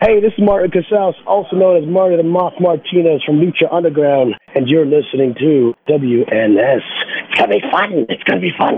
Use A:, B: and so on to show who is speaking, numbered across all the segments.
A: Hey, this is Martin Casals, also known as Martin the Moth Martinez from Lucha Underground, and you're listening to WNS. It's gonna be fun. It's gonna be fun.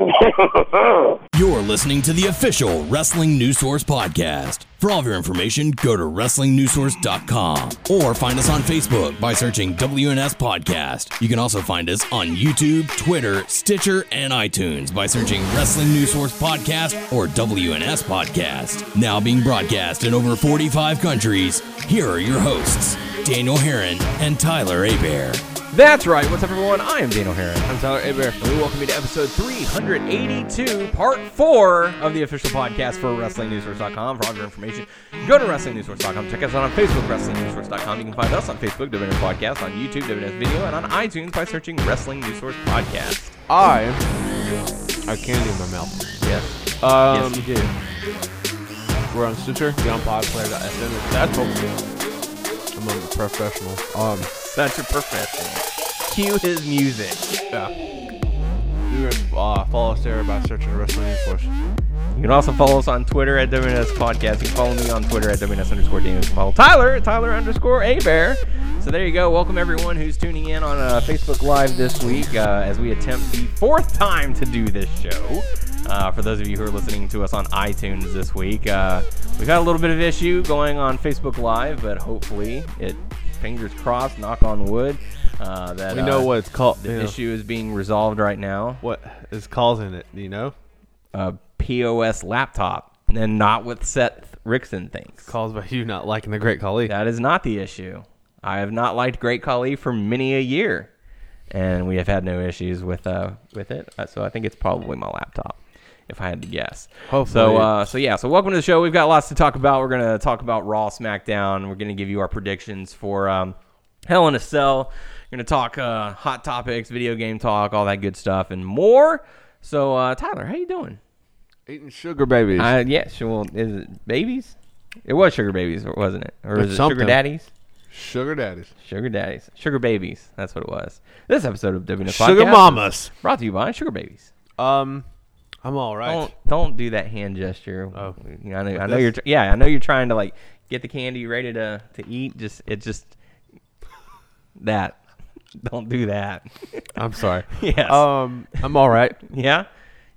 B: You're listening to the official Wrestling News Source podcast. For all of your information, go to WrestlingNewsSource.com or find us on Facebook by searching WNS Podcast. You can also find us on YouTube, Twitter, Stitcher, and iTunes by searching Wrestling News Source Podcast or WNS Podcast. Now being broadcast in over 45 countries, here are your hosts, Daniel Herron and Tyler Abear.
C: That's right. What's up, everyone? I am Daniel Herron. I'm Tyler Aber, and we welcome you to episode 382, part four of the official podcast for WrestlingNewsSource.com. For all of your information, go to WrestlingNewsSource.com. Check us out on Facebook, WrestlingNewsSource.com. You can find us on Facebook, WNS Podcast, on YouTube, WNS Video, and on iTunes by searching Wrestling News Source Podcast.
D: I I candy in my mouth.
C: Yes.
D: Um,
C: yes, you do.
D: We're on Stitcher. We're on Podplayer.fm. That's what I'm a professional. Um,
C: Such a professional. Cue his music.
D: yeah. You can uh, follow us there by searching Wrestling News Force.
C: You can also follow us on Twitter at WNS Podcast. You can follow me on Twitter at WNS underscore Daniel. You can follow Tyler at Tyler underscore Abear. So there you go. Welcome everyone who's tuning in on uh, Facebook Live this week uh, as we attempt the fourth time to do this show. Uh, for those of you who are listening to us on iTunes this week, uh, we've got a little bit of issue going on Facebook Live, but hopefully it, fingers crossed, knock on wood, uh, that
D: We know
C: uh,
D: what it's called.
C: the issue is being resolved right now.
D: What is causing it? You know,
C: a POS laptop and not what Seth Rickson thinks.
D: caused by you not liking the Great Khali.
C: That is not the issue. I have not liked Great Khali for many a year, and we have had no issues with uh with it. Uh, So I think it's probably my laptop, if I had to guess. So
D: Hopefully.
C: uh, so yeah. So welcome to the show. We've got lots to talk about. We're gonna talk about Raw, SmackDown. We're gonna give you our predictions for um, Hell in a Cell. We're gonna talk uh, hot topics, video game talk, all that good stuff, and more. So uh, Tyler, how you doing?
D: Eating sugar babies.
C: Uh, yeah, sure. Well, is it babies? It was sugar babies, wasn't it? Or was
D: It's
C: it sugar
D: something.
C: daddies?
D: sugar daddies.
C: Sugar daddies, sugar babies. That's what it was. This episode of WNF
D: Sugar
C: Podcast
D: mamas.
C: is brought to you by Sugar Babies.
D: Um, I'm all right.
C: Don't don't do that hand gesture.
D: Oh.
C: You know, I know, I know
D: this?
C: you're. tr- Yeah, I know you're trying to like get the candy ready to to eat. Just it just that. Don't do that.
D: I'm sorry.
C: yes.
D: Um, I'm all right.
C: yeah.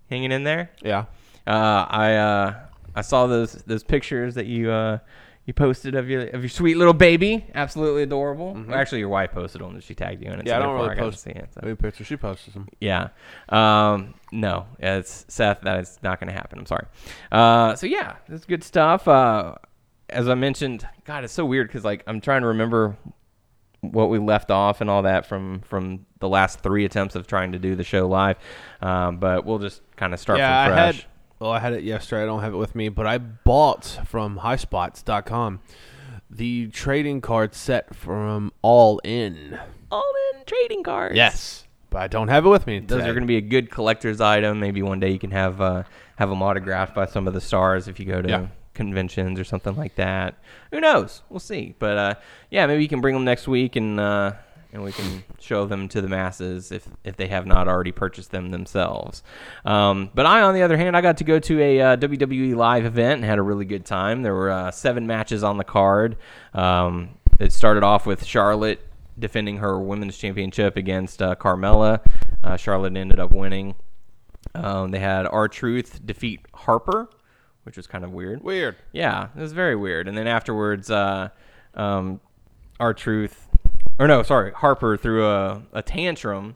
C: Hanging in there.
D: Yeah.
C: Uh, I uh, I saw those those pictures that you uh, you posted of your of your sweet little baby. Absolutely adorable. Well, actually, your wife posted them. She tagged you in it.
D: Mm-hmm. Yeah,
C: so
D: I don't
C: therefore
D: really
C: got to
D: post
C: see it, so-
D: any pictures. She posted them.
C: Yeah. Um, no, it's Seth. That is not going to happen. I'm sorry. Uh, so yeah, that's good stuff. Uh, as I mentioned, God, it's so weird because like I'm trying to remember what we left off and all that from from the last three attempts of trying to do the show live. Um, but we'll just kind of start
D: yeah,
C: from
D: I
C: fresh.
D: had. Well, I had it yesterday. I don't have it with me, but I bought from highspots.com the trading card set from All In.
C: all in trading cards.
D: Yes, but I don't have it with me.
C: Those are going to be a good collector's item. Maybe one day you can have uh, have them autographed by some of the stars if you go to
D: Yeah.
C: conventions or something like that. Who knows? We'll see. But uh, yeah, maybe you can bring them next week and uh, and we can show them to the masses if if they have not already purchased them themselves. Um, but I, on the other hand, I got to go to a uh, WWE live event and had a really good time. There were uh, seven matches on the card. Um, it started off with Charlotte defending her women's championship against uh, Carmella. Uh, Charlotte ended up winning. Um, they had R Truth defeat Harper, which was kind of weird.
D: weird.
C: Yeah, it was very weird. And then afterwards, uh, um, R Truth, or no, sorry, Harper threw a, a tantrum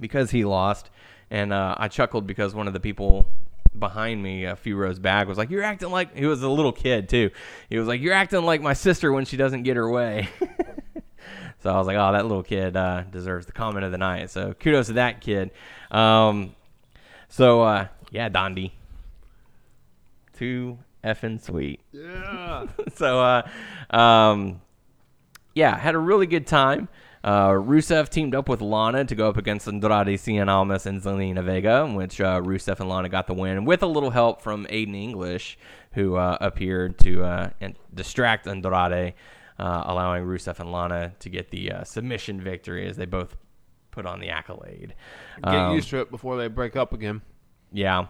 C: because he lost. And uh, I chuckled because one of the people behind me, a few rows back, was like, You're acting like, he was a little kid too. He was like, You're acting like my sister when she doesn't get her way. So I was like, oh, that little kid uh, deserves the comment of the night. So kudos to that kid. Um, so uh, yeah, Dondi, too effing sweet.
D: Yeah.
C: so uh, um, yeah, had a really good time. Uh, Rusev teamed up with Lana to go up against Andrade Cien Almas and Zelina Vega, in which uh, Rusev and Lana got the win with a little help from Aiden English, who uh, appeared to uh, and distract Andrade, uh, allowing Rusev and Lana to get the uh, submission victory as they both put on the accolade.
D: Get
C: Um,
D: used to it before they break up again.
C: yeah.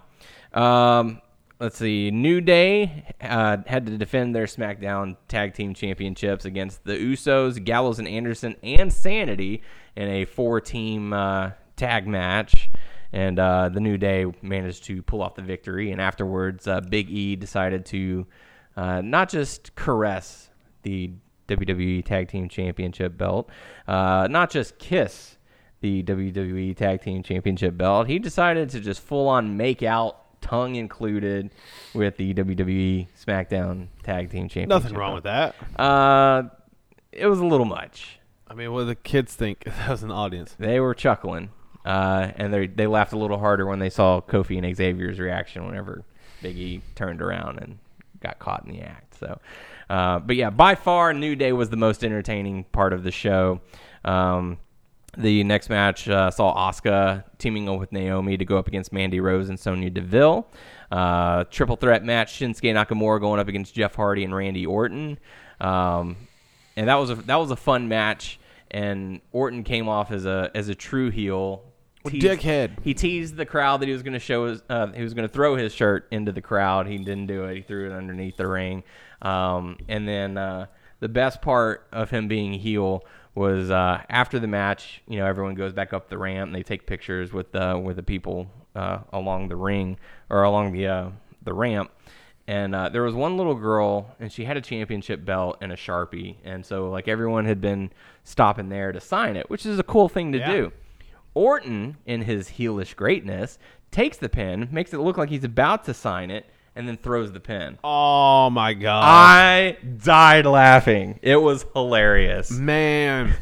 C: Um, let's see. New Day uh, had to defend their SmackDown Tag Team Championships against the Usos, Gallows and Anderson, and Sanity in a four-team uh, tag match. And uh, the New Day managed to pull off the victory. And afterwards, uh, Big E decided to uh, not just caress the WWE Tag Team Championship belt, uh, not just kiss the WWE Tag Team Championship belt. He decided to just full on make out, tongue included, with the WWE SmackDown Tag Team Championship.
D: Nothing wrong with that.
C: that. Uh, it was a little much.
D: I mean, what do the kids think as an audience?
C: They were chuckling, uh, and they they laughed a little harder when they saw Kofi and Xavier's reaction whenever Big E turned around and got caught in the act. So, uh, but yeah, by far, New Day was the most entertaining part of the show. Um, the next match uh, saw Asuka teaming up with Naomi to go up against Mandy Rose and Sonya Deville. Uh, triple threat match: Shinsuke Nakamura going up against Jeff Hardy and Randy Orton. Um, and that was a that was a fun match. And Orton came off as a as a true heel. Teased-
D: Dickhead.
C: He teased the crowd that he was going to show his uh, he was going to throw his shirt into the crowd. He didn't do it. He threw it underneath the ring. Um, and then uh, the best part of him being heel was uh, after the match. You know, everyone goes back up the ramp and they take pictures with uh, with the people uh, along the ring or along the uh, the ramp. And uh, there was one little girl, and she had a championship belt and a sharpie, and so like everyone had been stopping there to sign it, which is a cool thing to do. Orton, in his heelish greatness, takes the pin, makes it look like he's about to sign it, and then throws the pin.
D: Oh my god,
C: I died laughing. It was hilarious.
D: man.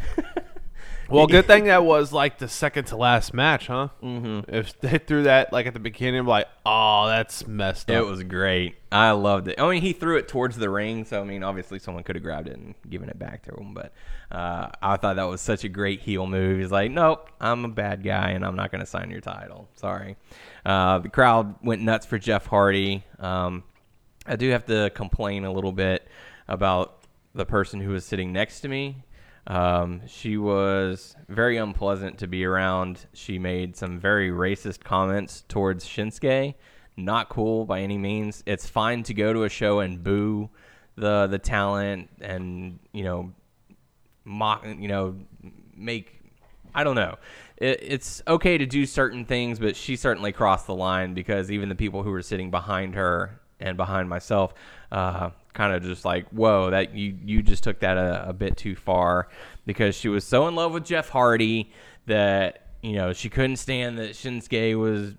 D: well, good thing that was like the second to last match, huh? Mm-hmm. If they threw that like at the beginning, I'm like, oh, that's messed up.
C: It was great. I loved it. I mean, he threw it towards the ring, so I mean, obviously someone could have grabbed it and given it back to him, but uh, I thought that was such a great heel move. He's like, "Nope, I'm a bad guy, and I'm not going to sign your title. Sorry." Uh, the crowd went nuts for Jeff Hardy. Um, I do have to complain a little bit about the person who was sitting next to me. Um, she was very unpleasant to be around. She made some very racist comments towards Shinsuke. Not cool by any means. It's fine to go to a show and boo the the talent and you know mock you know make I don't know. It, it's okay to do certain things, but she certainly crossed the line because even the people who were sitting behind her and behind myself, uh, kind of just like, whoa, that you you just took that a, a bit too far because she was so in love with Jeff Hardy that you know she couldn't stand that Shinsuke was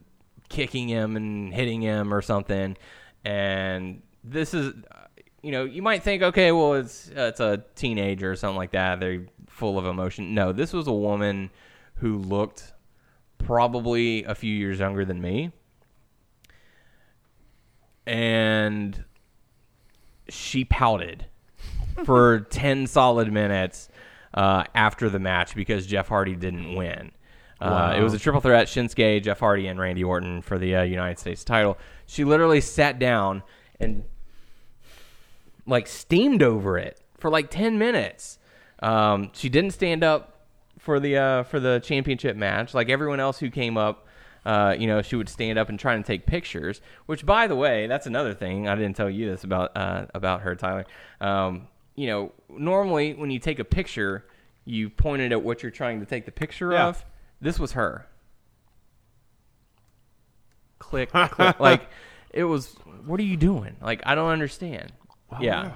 C: kicking him and hitting him or something, and this is you know, you might think, okay, well, it's uh, it's a teenager or something like that. They're full of emotion. No, this was a woman who looked probably a few years younger than me, and she pouted for ten solid minutes uh, after the match because Jeff Hardy didn't win. Uh, it was a triple threat: Shinsuke, Jeff Hardy, and Randy Orton for the uh, United States title. She literally sat down and like steamed over it for like 10 minutes. Um, she didn't stand up for the uh, for the championship match like everyone else who came up. Uh, you know, she would stand up and try and take pictures. Which, by the way, that's another thing I didn't tell you this about uh, about her, Tyler. Um, you know, normally when you take a picture, you point it at what you're trying to take the picture
D: Yeah.
C: of. This was her. Click, click. like it was. What are you doing? Like I don't understand. yeah.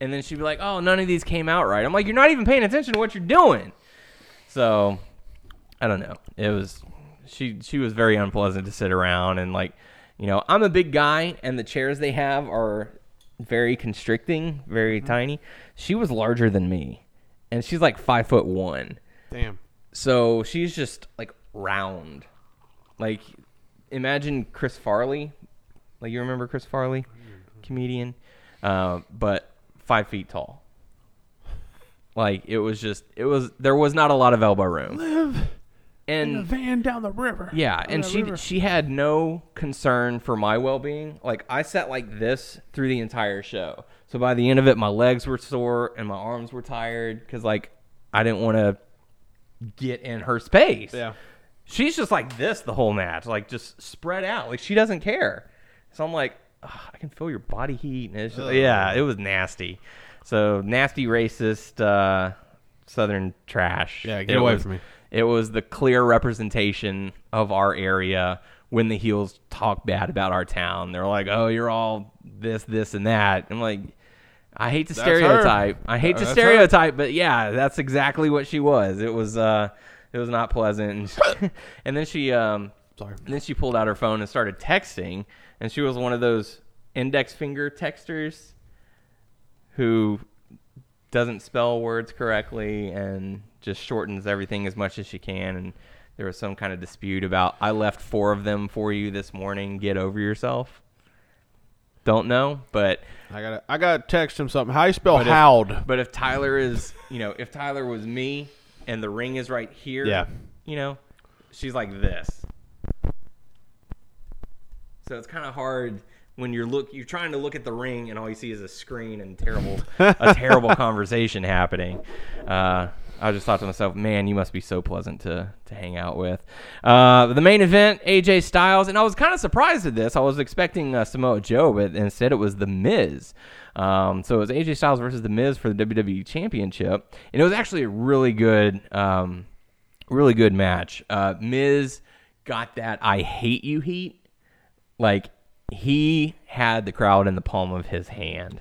C: And then she'd be like, "Oh, none of these came out right." I'm like, "You're not even paying attention to what you're doing." So, I don't know. It was she she was very unpleasant to sit around and like, you know, I'm a big guy and the chairs they have are very constricting, very tiny. She was larger than me, and she's like five foot one.
D: Damn.
C: So she's just like round. Like imagine Chris Farley. Like you remember Chris Farley, comedian, uh, but five feet tall. Like it was just it was there was not a lot of elbow room. and
D: Van down the river.
C: yeah, and she she had no concern for my well being. Like I sat like this through the entire show. So by the end of it, my legs were sore and my arms were tired because like I didn't want to get in her space.
D: Yeah.
C: she's just like this the whole match, like just spread out. Like she doesn't care. So I'm like, "Ugh, I can feel your body heat. And it's just, yeah, it was nasty. So nasty, racist, uh, southern trash.
D: Yeah, get
C: It
D: away
C: was-
D: from me.
C: It was the clear representation of our area when the heels talk bad about our town. They're like, "Oh, you're all this, this, and that." I'm like, I hate to
D: her.
C: stereotype. I hate to
D: That's her.
C: stereotype, but yeah, that's exactly what she was. It was uh, it was not pleasant. And, and then she um,
D: Sorry.
C: and then she pulled out her phone and started texting, and she was one of those index finger texters who doesn't spell words correctly and just shortens everything as much as she can. And there was some kind of dispute about I left four of them for you this morning. Get over yourself. Don't know, but
D: I got I got to text him something. How you spell
C: But if-
D: howled?
C: But if Tyler is, you know, if Tyler was me and the ring is right here,
D: Yeah.
C: you know, she's like this. So it's kind of hard when you're look you're trying to look at the ring and all you see is a screen and terrible a terrible conversation happening. Uh, I just thought to myself, man, you must be so pleasant to to hang out with. Uh, the main event, AJ Styles, and I was kind of surprised at this. I was expecting uh, Samoa Joe, but instead it was The Miz. Um, so it was AJ Styles versus The Miz for the WWE Championship, and it was actually a really good. Um, really good match. Uh, Miz got that I hate you heat. Like he had the crowd in the palm of his hand.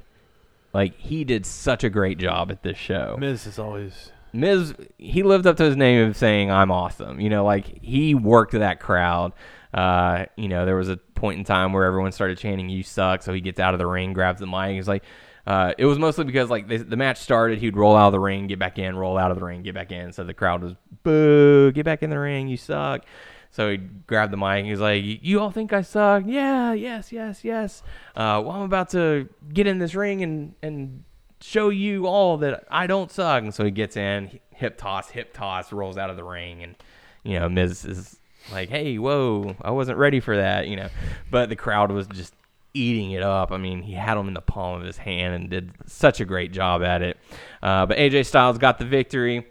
C: Like he did such a great job at this show.
D: Miz is always
C: Miz, he lived up to his name of saying "I'm awesome." You know, like he worked that crowd. Uh, you know, there was a point in time where everyone started chanting "You suck," so he gets out of the ring, grabs the mic. He's like, uh, it was mostly because like they, the match started, he'd roll out of the ring, get back in, roll out of the ring, get back in. So the crowd was "Boo! Get back in the ring! You suck!" So he grabbed the mic. and He's like, "You all think I suck? Yeah, yes, yes, yes. Uh, well, I'm about to get in this ring and and show you all that I don't suck. And so he gets in, hip toss, hip toss, rolls out of the ring, and you know Miz is like, "Hey, whoa, I wasn't ready for that," you know. But the crowd was just eating it up. I mean, he had him in the palm of his hand and did such a great job at it. Uh, but AJ Styles got the victory.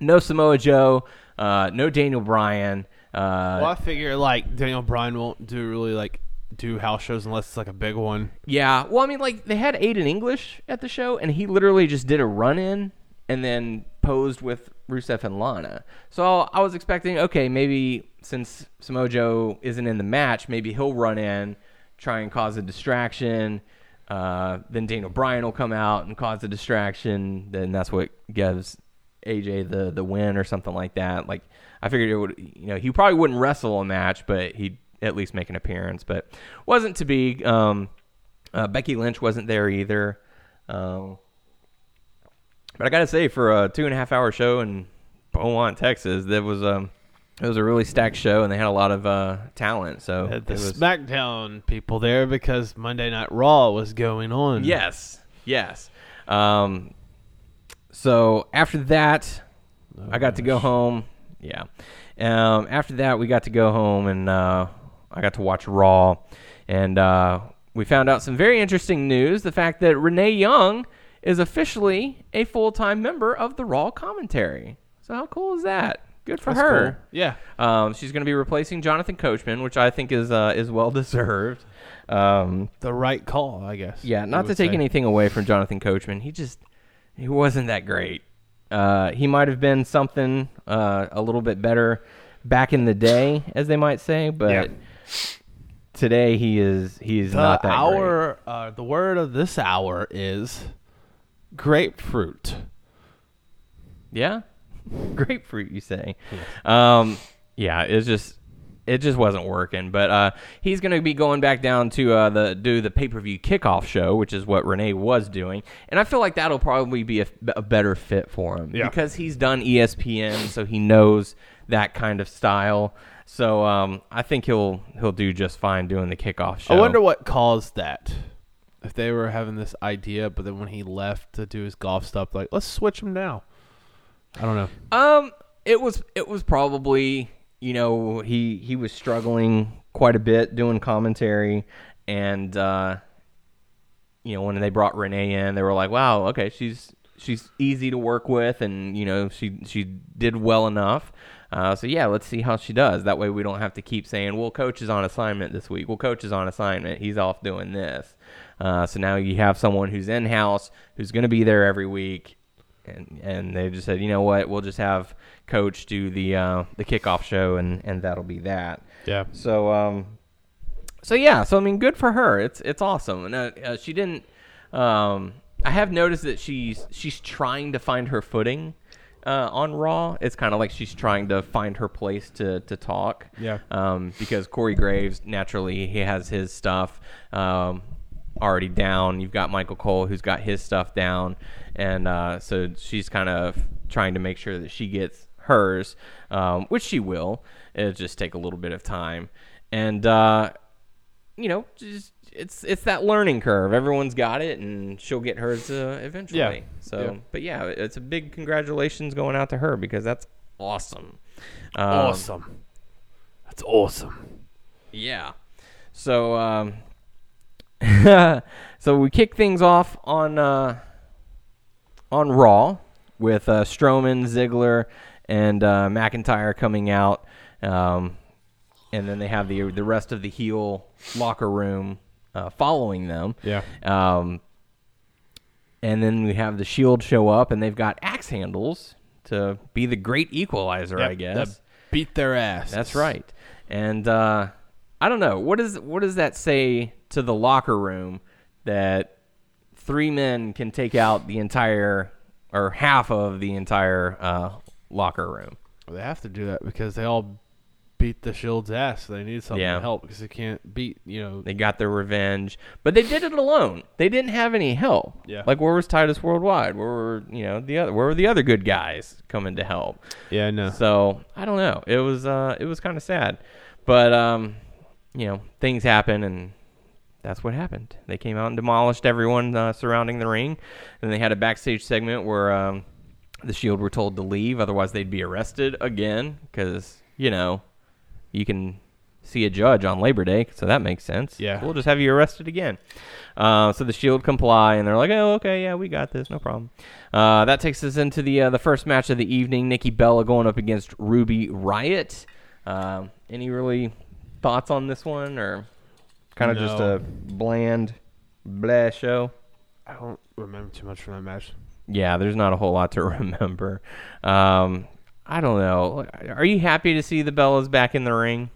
C: No Samoa Joe, uh, no Daniel Bryan. Uh,
D: Well, I figure like Daniel Bryan won't do really like do house shows unless it's like a big one.
C: Yeah. Well, I mean, like they had Aiden English at the show, and he literally just did a run in and then posed with Rusev and Lana. So I was expecting, okay, maybe since Samojo isn't in the match, maybe he'll run in, try and cause a distraction. Uh, then Daniel Bryan will come out and cause a distraction. Then that's what gives AJ the the win or something like that. Like I figured it would, you know, he probably wouldn't wrestle a match, but he'd at least make an appearance. But wasn't to be. Um, uh, Becky Lynch wasn't there either. Um, but I gotta say, for a two and a half hour show in Beaumont, Texas, that was um, it was a really stacked show, and they had a lot of uh, talent. So
D: Had the
C: it was-
D: SmackDown people there because Monday Night Raw was going on.
C: Yes, yes. Um, so after that, I got to go home. Yeah. Um, after that, we got to go home and uh, I got to watch Raw, and uh, we found out some very interesting news: the fact that Renee Young is officially a full-time member of the Raw commentary. So how cool is that? Good for
D: That's
C: her.
D: cool. Yeah.
C: Um, she's going to be replacing Jonathan Coachman, which I think is uh, is well deserved. Um,
D: The right call, I guess.
C: yeah,
D: you
C: not to
D: would
C: take
D: say.
C: anything away from Jonathan Coachman. He just he wasn't that great. Uh, he might have been something uh, a little bit better back in the day, as they might say, but today he is he is
D: The
C: not that great.
D: hour, uh, the word of this hour is grapefruit.
C: Yeah, grapefruit, you say? Um, yeah, it's just it just wasn't working. But uh, he's going to be going back down to uh, the do the pay per view kickoff show, which is what Renee was doing, and I feel like that'll probably be a, a better fit for him
D: Yeah.
C: because he's done E ESPN, so he knows that kind of style. So um, I think he'll he'll do just fine doing the kickoff show.
D: I wonder what caused that. If they were having this idea, but then when he left to do his golf stuff, like let's switch him now. I don't know.
C: Um, it was it was probably you know he he was struggling quite a bit doing commentary, and uh, you know when they brought Renee in, they were like, wow, okay, she's she's easy to work with, and you know she she did well enough. Uh, so yeah, let's see how she does. That way we don't have to keep saying, "Well, coach is on assignment this week. Well, coach is on assignment. He's off doing this." Uh, so now you have someone who's in house who's going to be there every week, and and they just said, you know what, we'll just have coach do the uh, the kickoff show, and and that'll be that.
D: Yeah.
C: So um, so yeah, so I mean, good for her. It's it's awesome, and uh, uh, she didn't. Um, I have noticed that she's she's trying to find her footing uh, on Raw. It's kind of like she's trying to find her place to to talk.
D: Yeah.
C: Um, because Corey Graves naturally he has his stuff um, already down. You've got Michael Cole who's got his stuff down, and uh, so she's kind of trying to make sure that she gets hers, um, which she will. It'll just take a little bit of time, and. Uh, you know, just it's it's that learning curve. Everyone's got it, and she'll get hers uh, eventually.
D: Yeah.
C: So,
D: Yeah.
C: but yeah, it's a big congratulations going out to her because that's awesome. Um,
D: awesome. That's awesome.
C: Yeah. So, um, so we kick things off on uh, on Raw with uh, Strowman, Ziggler, and uh, McIntyre coming out, um, and then they have the the rest of the heel locker room uh, following them.
D: Yeah.
C: Um, and then we have the Shield show up, and they've got axe handles to be the great equalizer, I guess.
D: That beat their ass.
C: That's right. And uh, I don't know what is what does that say to the locker room that three men can take out the entire or half of the entire uh, locker room.
D: They have to do that because they all beat the Shield's ass. So they need something
C: Yeah.
D: to help because they can't beat, you know.
C: They got their revenge, but they did it alone. They didn't have any help.
D: Yeah.
C: Like where was Titus Worldwide? Where were you know the other? Where were the other good guys coming to help?
D: Yeah, I know.
C: So I don't know. It was uh, it was kind of sad, but um, you know things happen, and that's what happened. They came out and demolished everyone uh, surrounding the ring, and they had a backstage segment where um, the Shield were told to leave, otherwise they'd be arrested again. Because you know you can see a judge on Labor Day, so that makes sense.
D: Yeah.
C: we'll just have you arrested again. Uh, so the Shield comply, and they're like, "Oh, okay, yeah, we got this, no problem." Uh, that takes us into the uh, the first match of the evening: Nikki Bella going up against Ruby Riot. Um, any really thoughts on this one, or kind of just
D: No.
C: a bland, blah show?
D: I don't remember too much from that match.
C: Yeah, there's not a whole lot to remember. Um, I don't know. Are you happy to see the Bellas back in the ring?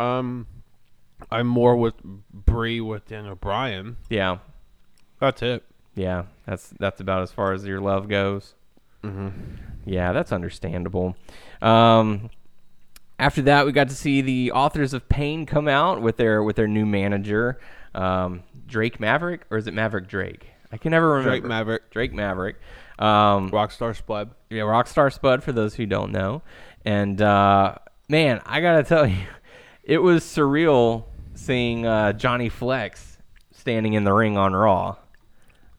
D: Um, I'm more with Bree with Dan O'Brien.
C: Yeah,
D: That's it.
C: Yeah, that's that's about as far as your love goes. Mm-hmm. Yeah, that's understandable. Um, after that, we got to see the authors of Pain come out with their with their new manager, um, Drake Maverick, or is it Maverick Drake? I can never remember.
D: Drake Maverick,
C: Drake Maverick. Um,
D: Rockstar Spud.
C: yeah, Rockstar Spud for those who don't know. And uh, man, I gotta tell you, it was surreal seeing uh, Johnny Flex standing in the ring on Raw.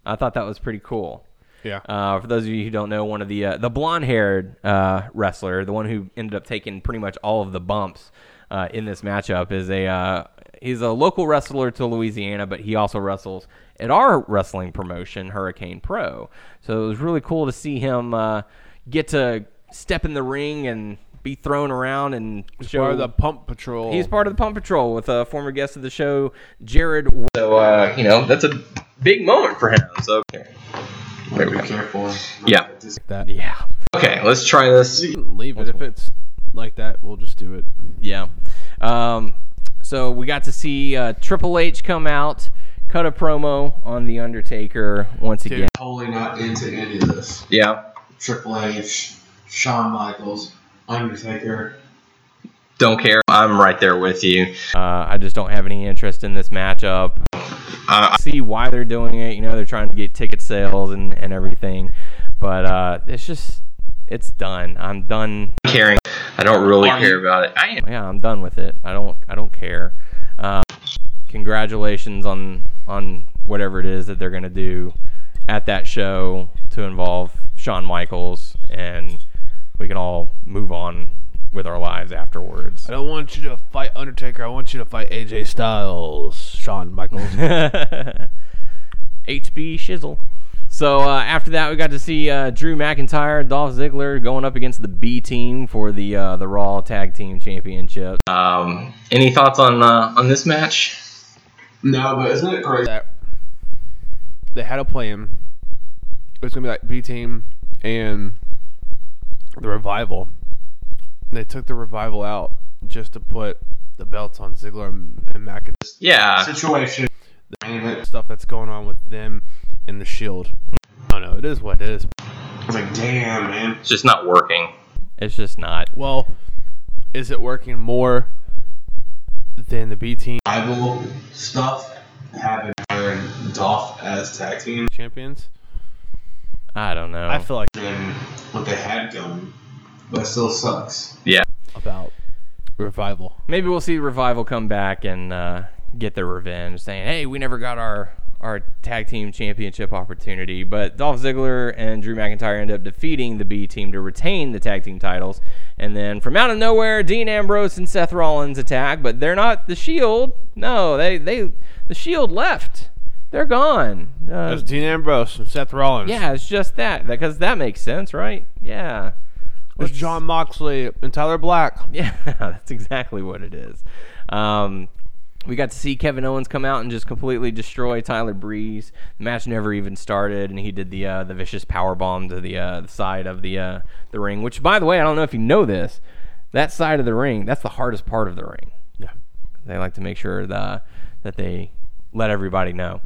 C: I thought that was pretty cool.
D: Yeah.
C: Uh, for those of you who don't know, one of the uh, the blonde haired uh, wrestler, the one who ended up taking pretty much all of the bumps uh, in this matchup, is a uh, he's a local wrestler to Louisiana, but he also wrestles at our wrestling promotion, Hurricane Pro. So it was really cool to see him uh, get to step in the ring and be thrown around and show
D: Or the Pump Patrol.
C: He's part of the Pump Patrol with a former guest of the show, Jared. So uh, you know that's a big moment for him. So there we go.
E: careful.
C: Yeah.
D: that.
C: Yeah. Okay, let's try this.
D: Leave it if it's like that. We'll just do it.
C: Yeah. Um, so we got to see uh, Triple H come out, cut a promo on The Undertaker once again.
E: Totally not into any of this.
C: Yeah.
E: Triple H, Shawn Michaels, Undertaker.
C: Don't care. I'm right there with you. Uh, I just don't have any interest in this matchup. Uh, I see why they're doing it. You know, they're trying to get ticket sales and, and everything. But uh, it's just, it's done. I'm done caring. I don't really
E: Are care you-
C: about it. I am. Yeah, I'm done with it. I don't, I don't care. Um, congratulations on on whatever it is that they're gonna do at that show to involve Shawn Michaels, and we can all move on with our lives afterwards.
D: I don't want you to fight Undertaker. I want you to fight AJ Styles, Shawn Michaels.
C: HB Shizzle. So uh, after that, we got to see uh, Drew McIntyre, Dolph Ziggler going up against the B team for the uh, the Raw Tag Team Championship. Um, any thoughts on uh, on this match?
E: No, but isn't it crazy?
D: that they had a plan. It was gonna be like B team and the revival. They took the revival out just to put the belts on Ziggler and, and McIntyre.
C: Yeah,
E: Situation. Main event.
D: Stuff that's going on with them and the Shield. I don't know. It is what it is.
E: I was like, damn, man.
B: It's just not working.
C: it's just not.
D: Well, is it working more than the B team
E: Rival stuff happened and Dolph as tag team
D: champions?
C: I don't know.
D: I feel like
E: than what they had going, but it still sucks.
D: about revival.
C: Maybe we'll see revival come back and uh, get their revenge, saying, "Hey, we never got our our tag team championship opportunity." But Dolph Ziggler and Drew McIntyre end up defeating the B team to retain the tag team titles. And then from out of nowhere, Dean Ambrose and Seth Rollins attack, but they're not the Shield. No, they they the Shield left. They're gone. Uh,
D: That's Dean Ambrose and Seth Rollins.
C: yeah, it's just that because that makes sense, right? Yeah.
D: It's John Moxley and Tyler Black.
C: Yeah, that's exactly what it is. Um, we got to see Kevin Owens come out and just completely destroy Tyler Breeze. The match never even started, and he did the uh, the vicious power bomb to the, uh, the side of the uh, the ring. Which, by the way, I don't know if you know this, that side of the ring that's the hardest part of the ring.
D: Yeah.
C: They like to make sure the, that they let everybody know.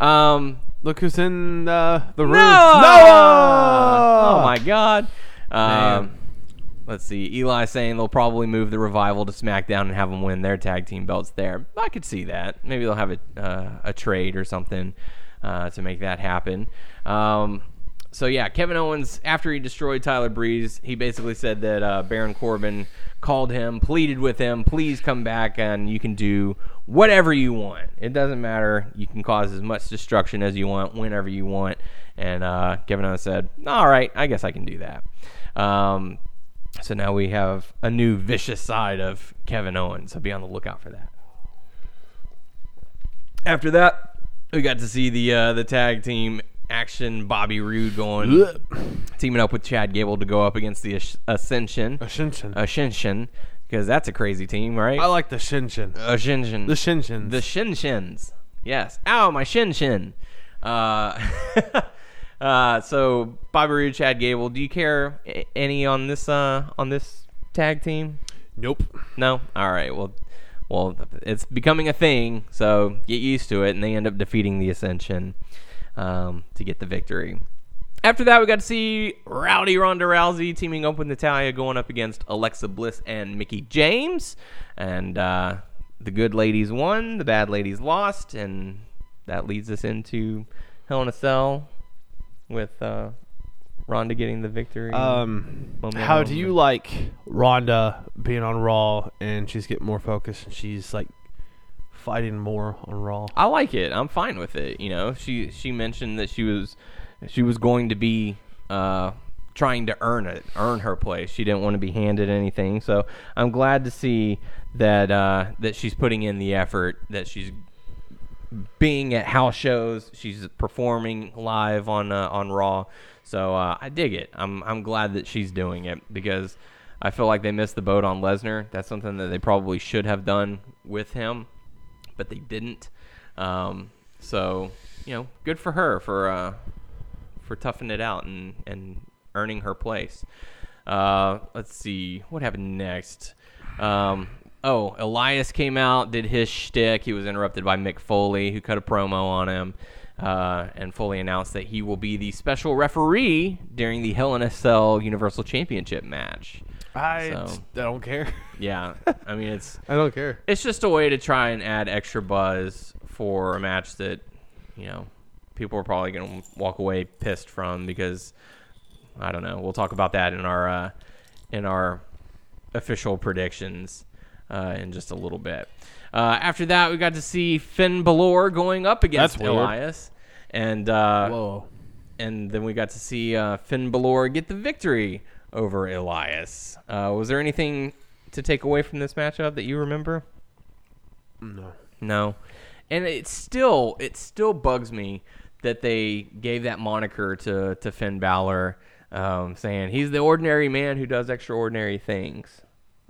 C: Um,
D: Look who's in uh, the room.
C: Noah!
D: Noah!
C: Oh my God. Um, let's see. Eli saying they'll probably move the revival to SmackDown and have them win their tag team belts there. I could see that. Maybe they'll have a uh, a trade or something uh, to make that happen. Um, so yeah, Kevin Owens after he destroyed Tyler Breeze, he basically said that uh, Baron Corbin called him, pleaded with him, please come back and you can do whatever you want. It doesn't matter. You can cause as much destruction as you want, whenever you want. And uh, Kevin Owens said, all right, I guess I can do that. Um, so now we have a new vicious side of Kevin Owens. So be on the lookout for that. After that, we got to see the uh, the tag team action. Bobby Roode going teaming up with Chad Gable to go up against the Asc- Ascension.
D: Shinshin.
C: Ascension, because that's a crazy team, right?
D: I like the Shinshin.
C: Ascension.
D: The Shinshin.
C: Uh, The Shin Shins. Yes. Ow, my Shin Shin. Uh, uh, so Bobby Roode, Chad Gable. Do you care a- any on this uh, on this tag team?
D: nope.
C: No. All right. Well, well, it's becoming a thing, so get used to it. And they end up defeating the Ascension um, to get the victory. After that, we got to see Rowdy Ronda Rousey teaming up with Natalia, going up against Alexa Bliss and Mickey James, and uh, the good ladies won, the bad ladies lost, and that leads us into Hell in a Cell with uh, Ronda getting the victory.
D: Um,
C: Momentum.
D: how do you like Ronda being on Raw and she's getting more focused and she's like fighting more on Raw?
C: I like it. I'm fine with it. You know, she she mentioned that she was she was going to be uh, trying to earn it, earn her place. She didn't want to be handed anything. So I'm glad to see that uh, that she's putting in the effort. That she's being at house shows. She's performing live on uh, on Raw. So uh, I dig it. I'm I'm glad that she's doing it because I feel like they missed the boat on Lesnar. That's something that they probably should have done with him but they didn't. Um, so you know, good for her for uh, for toughing it out and and earning her place. Uh, let's see what happened next. Um, oh, Elias came out, did his shtick. He was interrupted by Mick Foley, who cut a promo on him. Uh, and Foley announced that he will be the special referee during the Hell in a Cell Universal Championship match.
D: I,
C: So-
D: just- I don't care.
C: Yeah, I mean it's
D: I don't care.
C: it's just a way to try and add extra buzz for a match that you know people are probably going to walk away pissed from because I don't know. We'll talk about that in our uh, in our official predictions uh, in just a little bit. Uh, after that, we got to see Finn Balor going up against
D: That's weird.
C: Elias, and uh,
D: Whoa.
C: and then we got to see uh, Finn Balor get the victory over Elias. Uh, was there anything to take away from this matchup that you remember? No. No. And it still it still bugs me that they gave that moniker to to Finn Balor, um, saying he's the ordinary man who does extraordinary things.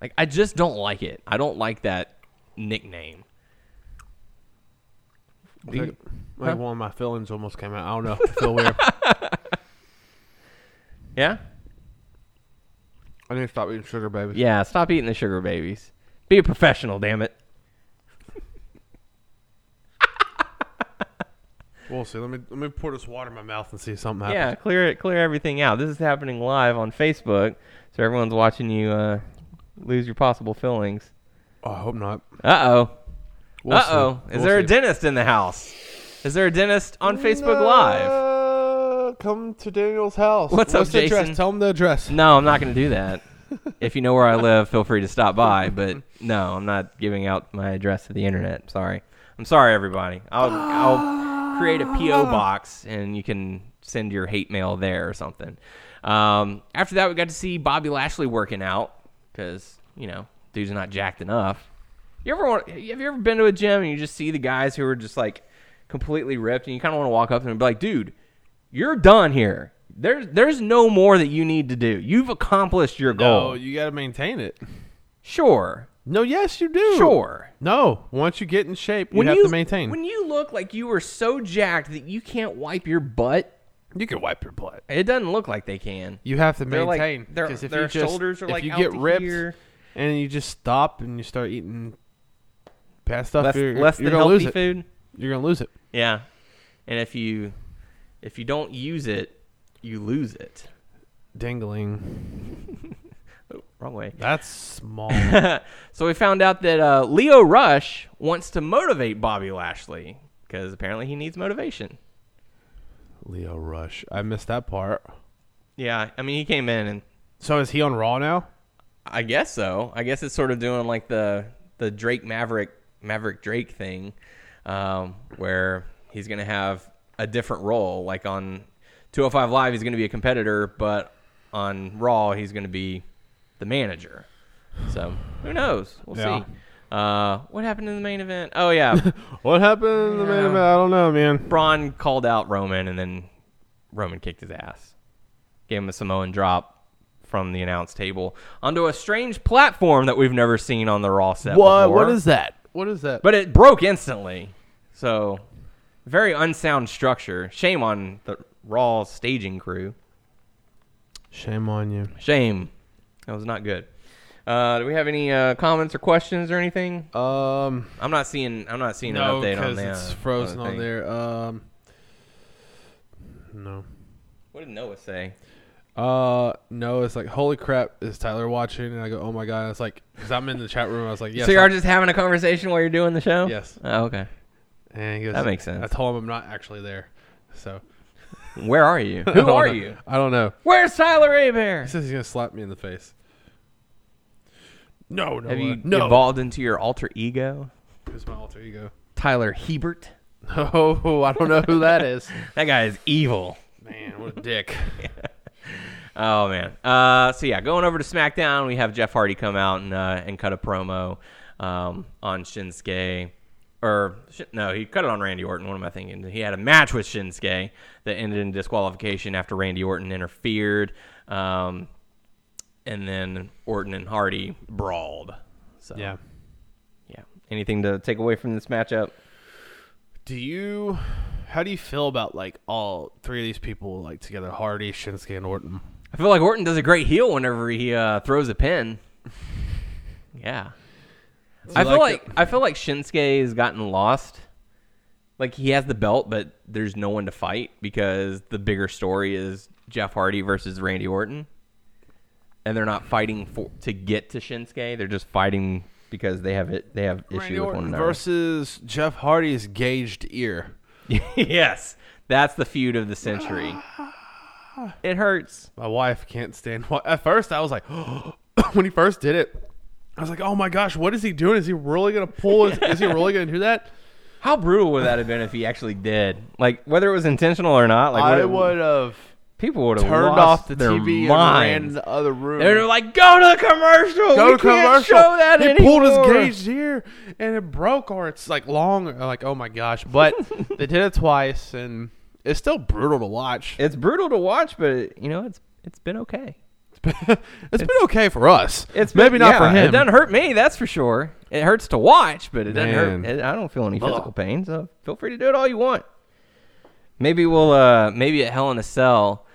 C: Like I just don't like it. I don't like that nickname.
D: Like, like one of my feelings almost came out. I don't know. I feel weird.
C: Yeah,
D: I need to stop eating sugar, baby.
C: yeah. Stop eating the sugar babies. Be a professional, damn it.
D: We'll see. Let me let me pour this water in my mouth and see if something happens.
C: Yeah, clear it, clear everything out. This is happening live on Facebook, so everyone's watching you uh, lose your possible feelings.
D: Oh, I hope not.
C: Uh oh.
D: We'll
C: uh oh.
D: see.
C: Is
D: We'll
C: there a
D: see.
C: dentist in the house? Is there a dentist on Facebook Live?
D: Uh, Come to Daniel's house.
C: What's up,
D: the
C: Jason?
D: address? Tell him the address.
C: No, I'm not going to do that. if you know where I live, feel free to stop by. But no, I'm not giving out my address to the internet. Sorry. I'm sorry, everybody. I'll, I'll create a P.O. box and you can send your hate mail there or something. Um, after that, we got to see Bobby Lashley working out because, you know, dude's not jacked enough. You ever want, have you ever been to a gym and you just see the guys who are just like completely ripped and you kind of want to walk up to them and be like, dude, you're done here. There's there's no more that you need to do. You've accomplished your goal.
D: No, Oh, you got to maintain it.
C: sure.
D: No, yes, you do.
C: Sure.
D: No, once you get in shape, you have to maintain.
C: When you look like you are so jacked that you can't wipe your butt,
D: you can wipe your butt.
C: it doesn't look like they can.
D: You have to
C: They're like-
D: maintain.
C: their-
D: 'cause if
C: their
D: you just,
C: shoulders are
D: if
C: like
D: you
C: out
D: get
C: to
D: ripped
C: here.
D: and you just stop and you start eating bad stuff,
C: Less,
D: you're,
C: less
D: you're
C: than
D: gonna lose
C: healthy
D: it.
C: food.
D: You're gonna lose it.
C: Yeah. And if you if you don't use it, you lose it.
D: Dingling.
C: Wrong way.
D: That's small.
C: So we found out that uh, Leo Rush wants to motivate Bobby Lashley because apparently he needs motivation.
D: Leo Rush. I missed that part.
C: Yeah, I mean he came in and
D: So is he on Raw now?
C: I guess so. I guess it's sort of doing like the the Drake Maverick Maverick Drake thing, um, where he's gonna have a different role. Like on 205 Live, he's gonna be a competitor, but on Raw, he's gonna be the manager. So who knows? We'll
D: Yeah.
C: see. Uh, what happened in the main event? Oh yeah,
D: What happened in the main
C: Yeah.
D: event? I don't know, man.
C: Braun called out Roman, and then Roman kicked his ass. Gave him a Samoan drop from the announce table onto a strange platform that we've never seen on the Raw set. before.
D: that? What is that?
C: But it broke instantly. So, very unsound structure. Shame on the Raw staging crew.
D: Shame on you.
C: Shame. That was not good. Uh, do we have any uh, comments or questions or anything?
D: Um,
C: I'm not seeing. I'm not seeing
D: no,
C: an update on
D: because
C: that.
D: it's frozen on
C: thing.
D: there. Um, no.
C: What did Noah say?
D: Uh, no, it's like holy crap, is Tyler watching? And I go, oh my god, it's like because I'm in the chat room. I was like, yes.
C: so you're
D: I-
C: just having a conversation while you're doing the show?
D: Yes.
C: Oh, okay.
D: and he goes,
C: That makes sense.
D: I told him I'm not actually there. So
C: Where are you?
D: I don't
C: Who are
D: know.
C: you?
D: I don't know.
C: Where's Tyler Abear?
D: He says he's gonna slap me in the face. No, no, uh,
C: Have you
D: no.
C: evolved into your alter ego,
D: Who's my alter ego?
C: Tyler Hebert?
D: Oh, I don't know who that is.
C: That guy is evil.
D: Man, what a dick.
C: Oh man. Uh, so yeah, going over to SmackDown, we have Jeff Hardy come out and uh, and cut a promo um, on Shinsuke, or sh- no, he cut it on Randy Orton. What am I thinking? He had a match with Shinsuke that ended in disqualification after Randy Orton interfered, um, and then Orton and Hardy brawled. So
D: Yeah.
C: yeah. Anything to take away from this matchup?
D: Do you? How do you feel about like all three of these people like together? Hardy, Shinsuke, and Orton.
C: I feel like Orton does a great heel whenever he uh, throws a pin. Yeah, I feel like,
D: like
C: I feel like Shinsuke has gotten lost. Like he has the belt, but there's no one to fight because the bigger story is Jeff Hardy versus Randy Orton, and they're not fighting for to get to Shinsuke. They're just fighting because they have it. They have issue
D: Randy
C: with one
D: Orton
C: another.
D: versus Jeff Hardy's gauged ear.
C: yes, that's the feud of the century. it hurts.
D: My wife can't stand. wa- At first, I was like, when he first did it, I was like, oh my gosh, what is he doing? Is he really gonna pull? Is, is he really gonna do that?
C: How brutal would that have been if he actually did? Like whether it was intentional or not, like
D: I
C: what-
D: would have
C: people would have
D: turned
C: lost
D: off the
C: their
D: TV and ran
C: minds.
D: in the other room.
C: They're like, go to commercial.
D: Go
C: we
D: to
C: Can't
D: commercial.
C: show that
D: he
C: anymore.
D: pulled his gauged ear and it broke, or it's like long. Like oh my gosh! But they did it twice, and It's still brutal to watch.
C: It's brutal to watch, but you know, it's it's been okay.
D: It's been, it's been okay for us.
C: It's been-
D: maybe not for
C: yeah,
D: him.
C: It doesn't hurt me, that's for sure. It hurts to watch, but it doesn't
D: Man.
C: hurt. It, I don't feel any physical pain, so feel free to do it all you want. Maybe we'll uh maybe at Hell in a Cell,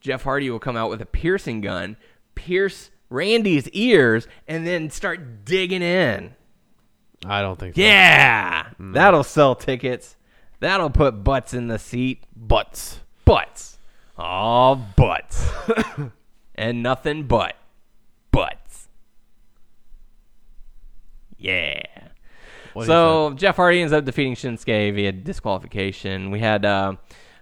C: Jeff Hardy will come out with a piercing gun, pierce Randy's ears, and then start digging in.
D: I don't think. so.
C: Yeah, Mm. that'll sell tickets. That'll put butts in the seat.
D: butts.
C: Butts, all butts, and nothing but butts. Yeah.
D: What do you
C: So Jeff Hardy ends up defeating Shinsuke via disqualification. We had uh,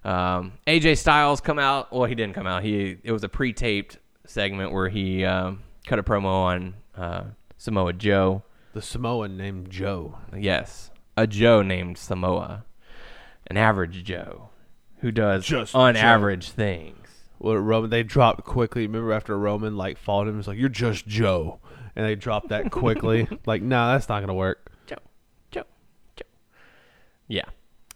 C: um, AJ Styles come out. Well, he didn't come out. He it was a pre-taped segment where he um, cut a promo on uh, Samoa Joe.
D: think? the Samoan named Joe.
C: Yes, a Joe named Samoa, an average Joe who does
D: Just
C: on
D: Joe.
C: average things.
D: What Roman? They dropped quickly. Remember after Roman like fought him, it's like you're just Joe, and they dropped that quickly. like, no, nah, that's not gonna work.
C: Joe, Joe, Joe. Yeah.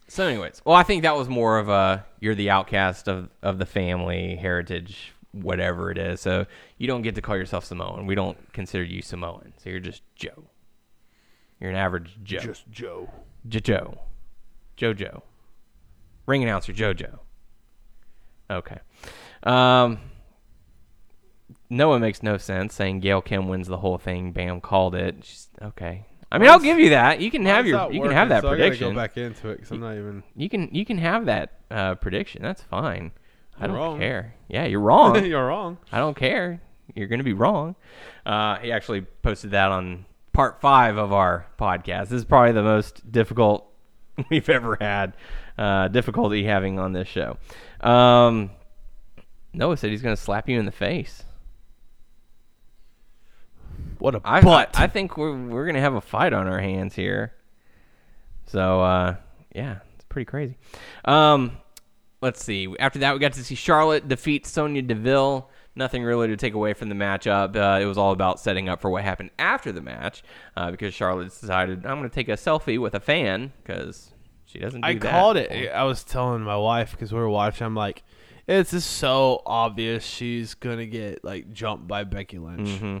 C: So, anyways, well, I think that was more of a you're the outcast of of the family heritage, whatever it is. So you don't get to call yourself Samoan. We don't consider you Samoan. So you're just Joe. You're an average Joe.
D: Just Joe.
C: Jojo. Jojo. Ring announcer Jojo. Okay. Um, Noah makes no sense saying Gail Kim wins the whole thing. Bam called it. She's, okay. I mean, I'll give you that. You can have your you can have that prediction.
D: go back into it because I'm not even.
C: You can you can have that uh, prediction. That's fine. I
D: You're
C: don't
D: wrong.
C: care. Yeah, you're wrong.
D: You're wrong.
C: I don't care. You're going to be wrong. Uh, he actually posted that on part five of our podcast. This is probably the most difficult we've ever had uh, difficulty having on this show. Um, Noah said he's going to slap you in the face.
D: What a
C: I,
D: butt.
C: I, I think we're, we're going to have a fight on our hands here. So, uh, yeah, it's pretty crazy. Um, let's see. After that, we got to see Charlotte defeat Sonya Deville. Nothing really to take away from the matchup. Uh, it was all about setting up for what happened after the match uh, because Charlotte decided, I'm going to take a selfie with a fan because she doesn't do
D: I
C: that.
D: called it. I was telling my wife because we were watching. I'm like, it's just so obvious she's gonna get like jumped by Becky Lynch.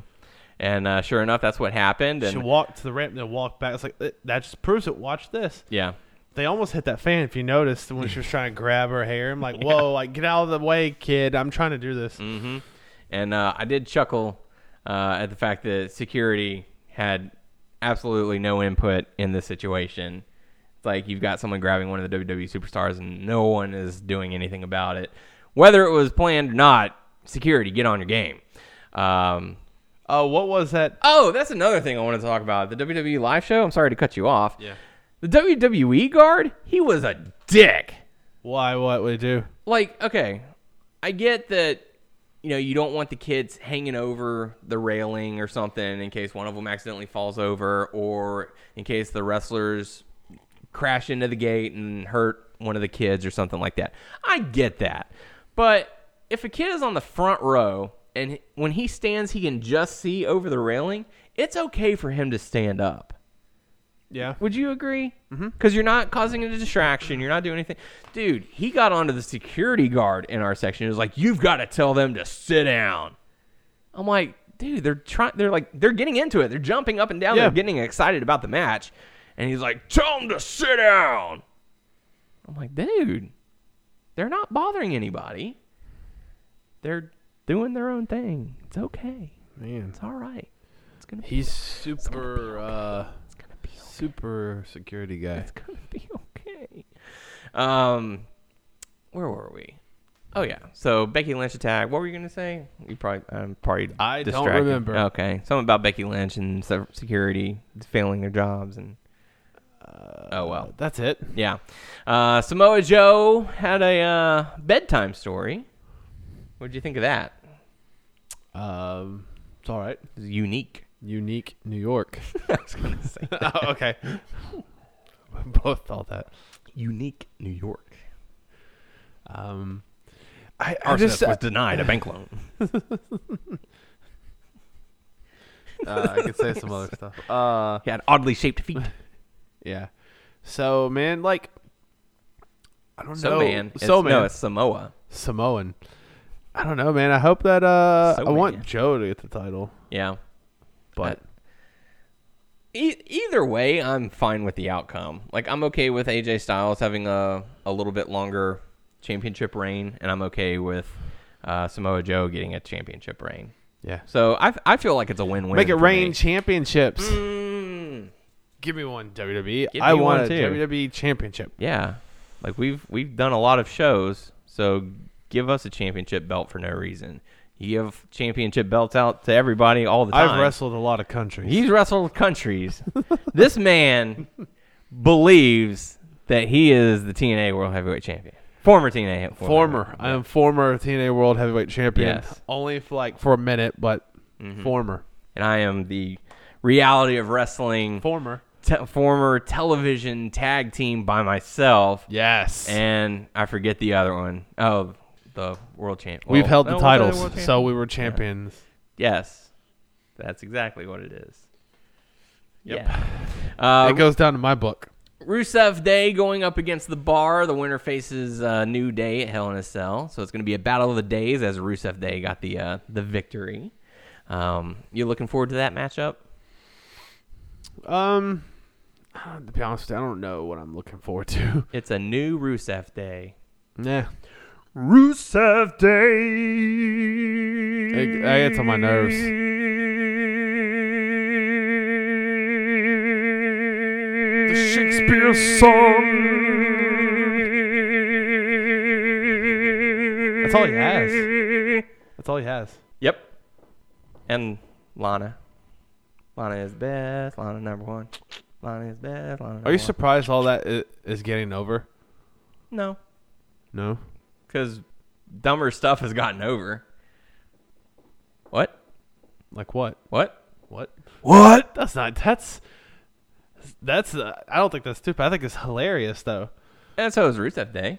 C: And uh, sure enough, that's what happened.
D: She
C: And,
D: walked to the ramp and Mm-hmm. then walked back. It's like "Eh, that just proves it. Watch this.
C: yeah.
D: They almost hit that fan if you noticed when she was trying to grab her hair. I'm like, whoa, like get out of the way, kid. I'm trying to do this.
C: And uh, I did chuckle uh, at the fact that security had absolutely no input in this situation. It's like you've got someone grabbing one of the WWE superstars and no one is doing anything about it. Whether it was planned or not, security, get on your game. Um,
D: Oh, what was that?
C: oh, that's another thing I wanted to talk about. The WWE live show, I'm sorry to cut you off.
D: Yeah.
C: The WWE guard, he was a dick
D: Why? What would it do?
C: like okay i get that you know you don't want the kids hanging over the railing or something in case one of them accidentally falls over or in case the wrestlers crash into the gate and hurt one of the kids or something like that i get that but if a kid is on the front row and when he stands he can just see over the railing it's okay for him to stand up
D: Yeah.
C: would you agree? Because mm-hmm. you're not causing a distraction. You're not doing anything. Dude, he got onto the security guard in our section. He was like, "You've got to tell them to sit down." I'm like, dude, they're trying. They're like, they're getting into it. They're jumping up and down.
D: Yeah.
C: They're getting excited about the match. And he's like, "Tell them to sit down." I'm like, dude, they're not bothering anybody. They're doing their own thing. It's okay.
D: Man,
C: It's all right. It's gonna. Be,
D: he's super, uh,
C: it's gonna be
D: super security guy.
C: it's gonna be okay. Um, where were we? Oh yeah. So Becky Lynch attack. What were you gonna say? You probably I'm probably
D: I don't
C: distracted.
D: remember.
C: Okay, something about Becky Lynch and se- security failing their jobs and.
D: Uh,
C: oh well,
D: That's it.
C: yeah. Uh, Samoa Joe had a uh, bedtime story. What'd you think of that?
D: Um, it's all right.
C: It was unique.
D: Unique New York.
C: I was gonna say
D: oh, okay. We both thought that.
C: unique New York.
D: Um, I, I
C: Arsonist
D: just
C: was denied a bank loan.
D: uh, I could say some other stuff. Uh,
C: He had oddly shaped feet.
D: yeah. So man, like, I don't
C: So
D: know.
C: man, it's,
D: So man.
C: no, it's Samoa.
D: Samoan. I don't know, man. I hope that uh,
C: So
D: I want
C: man.
D: Joe to get the title,
C: Yeah,
D: but
C: E- either way, I'm fine with the outcome. Like I'm okay with AJ Styles having a a little bit longer championship reign, and I'm okay with uh, Samoa Joe getting a championship reign.
D: yeah,
C: So I I feel like it's a win win.
D: make it rain championships. Give me one WWE.
C: Mm. Give
D: I
C: me
D: want
C: one,
D: a
C: too.
D: WWE championship.
C: Yeah, like we've we've done a lot of shows, so give us a championship belt for no reason. You give championship belts out to everybody all the time.
D: I've wrestled a lot of countries.
C: He's wrestled countries. this man believes that he is the TNA World Heavyweight Champion. Former TNA.
D: former. I am former TNA World Heavyweight Champion.
C: Yes. Mm-hmm.
D: Only for like for a minute, but former,
C: And I am the reality of wrestling
D: former.
C: te- former television tag team by myself.
D: Yes,
C: And I forget the other one. Oh, the world champ.
D: we've
C: well,
D: held
C: no,
D: the
C: was I world
D: titles,
C: champion?
D: so we were champions.
C: yes, that's exactly what it is.
D: Yep.
C: Yeah. Uh,
D: It goes down to my book.
C: Rusev Day going up against the bar. The winner faces uh, New Day at Hell in a Cell. So it's going to be a battle of the days as Rusev Day got the uh, the victory. Um, you looking forward to that matchup?
D: Um, to be honest, I don't know what I'm looking forward to.
C: It's a new Rusev Day.
D: Yeah,
C: Rusev Day.
D: it, it gets on my nerves. The Shakespeare song. That's all he has. That's all he has.
C: Yep. And Lana. Lana is best. Lana number one. Lana is best. Lana. Number
D: Are you
C: one.
D: surprised all that i- is getting over?
C: No.
D: No.
C: because dumber stuff has gotten over. What?
D: Like what?
C: What?
D: What? What? That's not. That's. That's. Uh, I don't think that's stupid. I think it's hilarious though.
C: And so is Rusev Day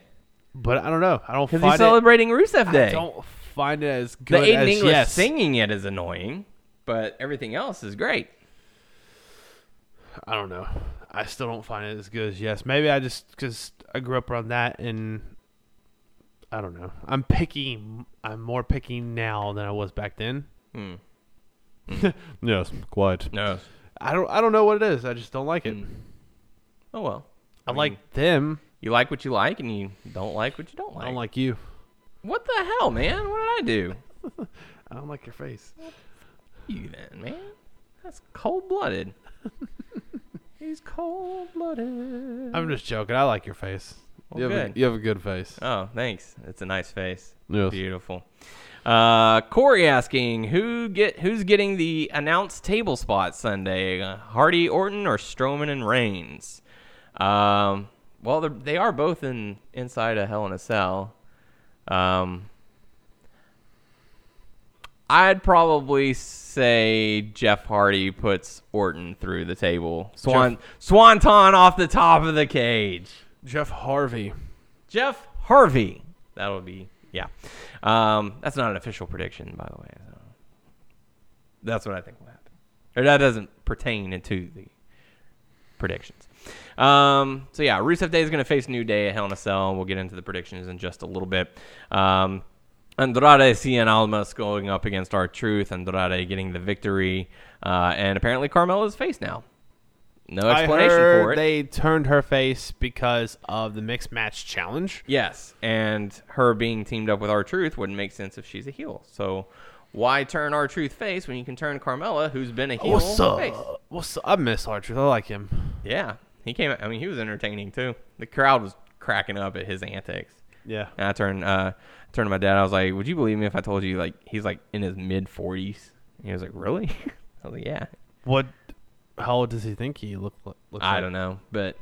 D: But I don't know. I don't
C: because
D: find
C: he's celebrating Rusev
D: it.
C: Day.
D: I don't find it as
C: the
D: good
C: Aiden
D: as
C: English
D: yes.
C: singing it is annoying, but everything else is great.
D: I don't know. I still don't find it as good as yes. Maybe I just because I grew up around that and I don't know. I'm picky. I'm more picky now than I was back then. yes, quite.
C: No.
D: I don't. I don't know what it is. I just don't like it.
C: Oh well.
D: I, like them.
C: You like what you like, and you don't like what you don't like.
D: I don't like you.
C: What the hell, man? What did I do?
D: I don't like your face.
C: you then, man? That's cold blooded. he's cold blooded.
D: I'm just joking. I like your face. you,
C: Well,
D: have
C: good.
D: A, you have a good face.
C: Oh, thanks. It's a nice face.
D: Yes.
C: Beautiful. Uh, Corey asking who get who's getting the announced table spot Sunday? Uh, Hardy, Orton, or Strowman and Reigns? Um, well, they're- they are both in inside a Hell in a Cell. Um, I'd probably say Jeff Hardy puts Orton through the table. Swan Swanton off the top of the cage.
D: Jeff Harvey.
C: Jeff Harvey. That'll be yeah. Um, that's not an official prediction, by the way. So. That's what I think will happen. Or that doesn't pertain into the predictions. Um, so yeah, Rusev Day is going to face New Day at Hell in a Cell. We'll get into the predictions in just a little bit. Um, Andrade Cien Almas going up against our Truth. Andrade getting the victory, uh, and apparently Carmella's face now. No explanation
D: I heard
C: for it.
D: They turned her face because of the mixed match challenge.
C: Yes, and her being teamed up with our Truth wouldn't make sense if she's a heel. So why turn our Truth face when you can turn Carmella, who's been a heel,
D: Oh, What's up?
C: face?
D: What's up? I miss R Truth. I like him.
C: Yeah, he came. I mean, he was entertaining too. The crowd was cracking up at his antics.
D: Yeah.
C: And I turned, uh, turned to my dad. I was like, "Would you believe me if I told you like he's like in his mid 40s?" And he was like, "Really?" I was like, "Yeah."
D: What? How old does he think he look? look looks
C: I
D: like?
C: don't know, but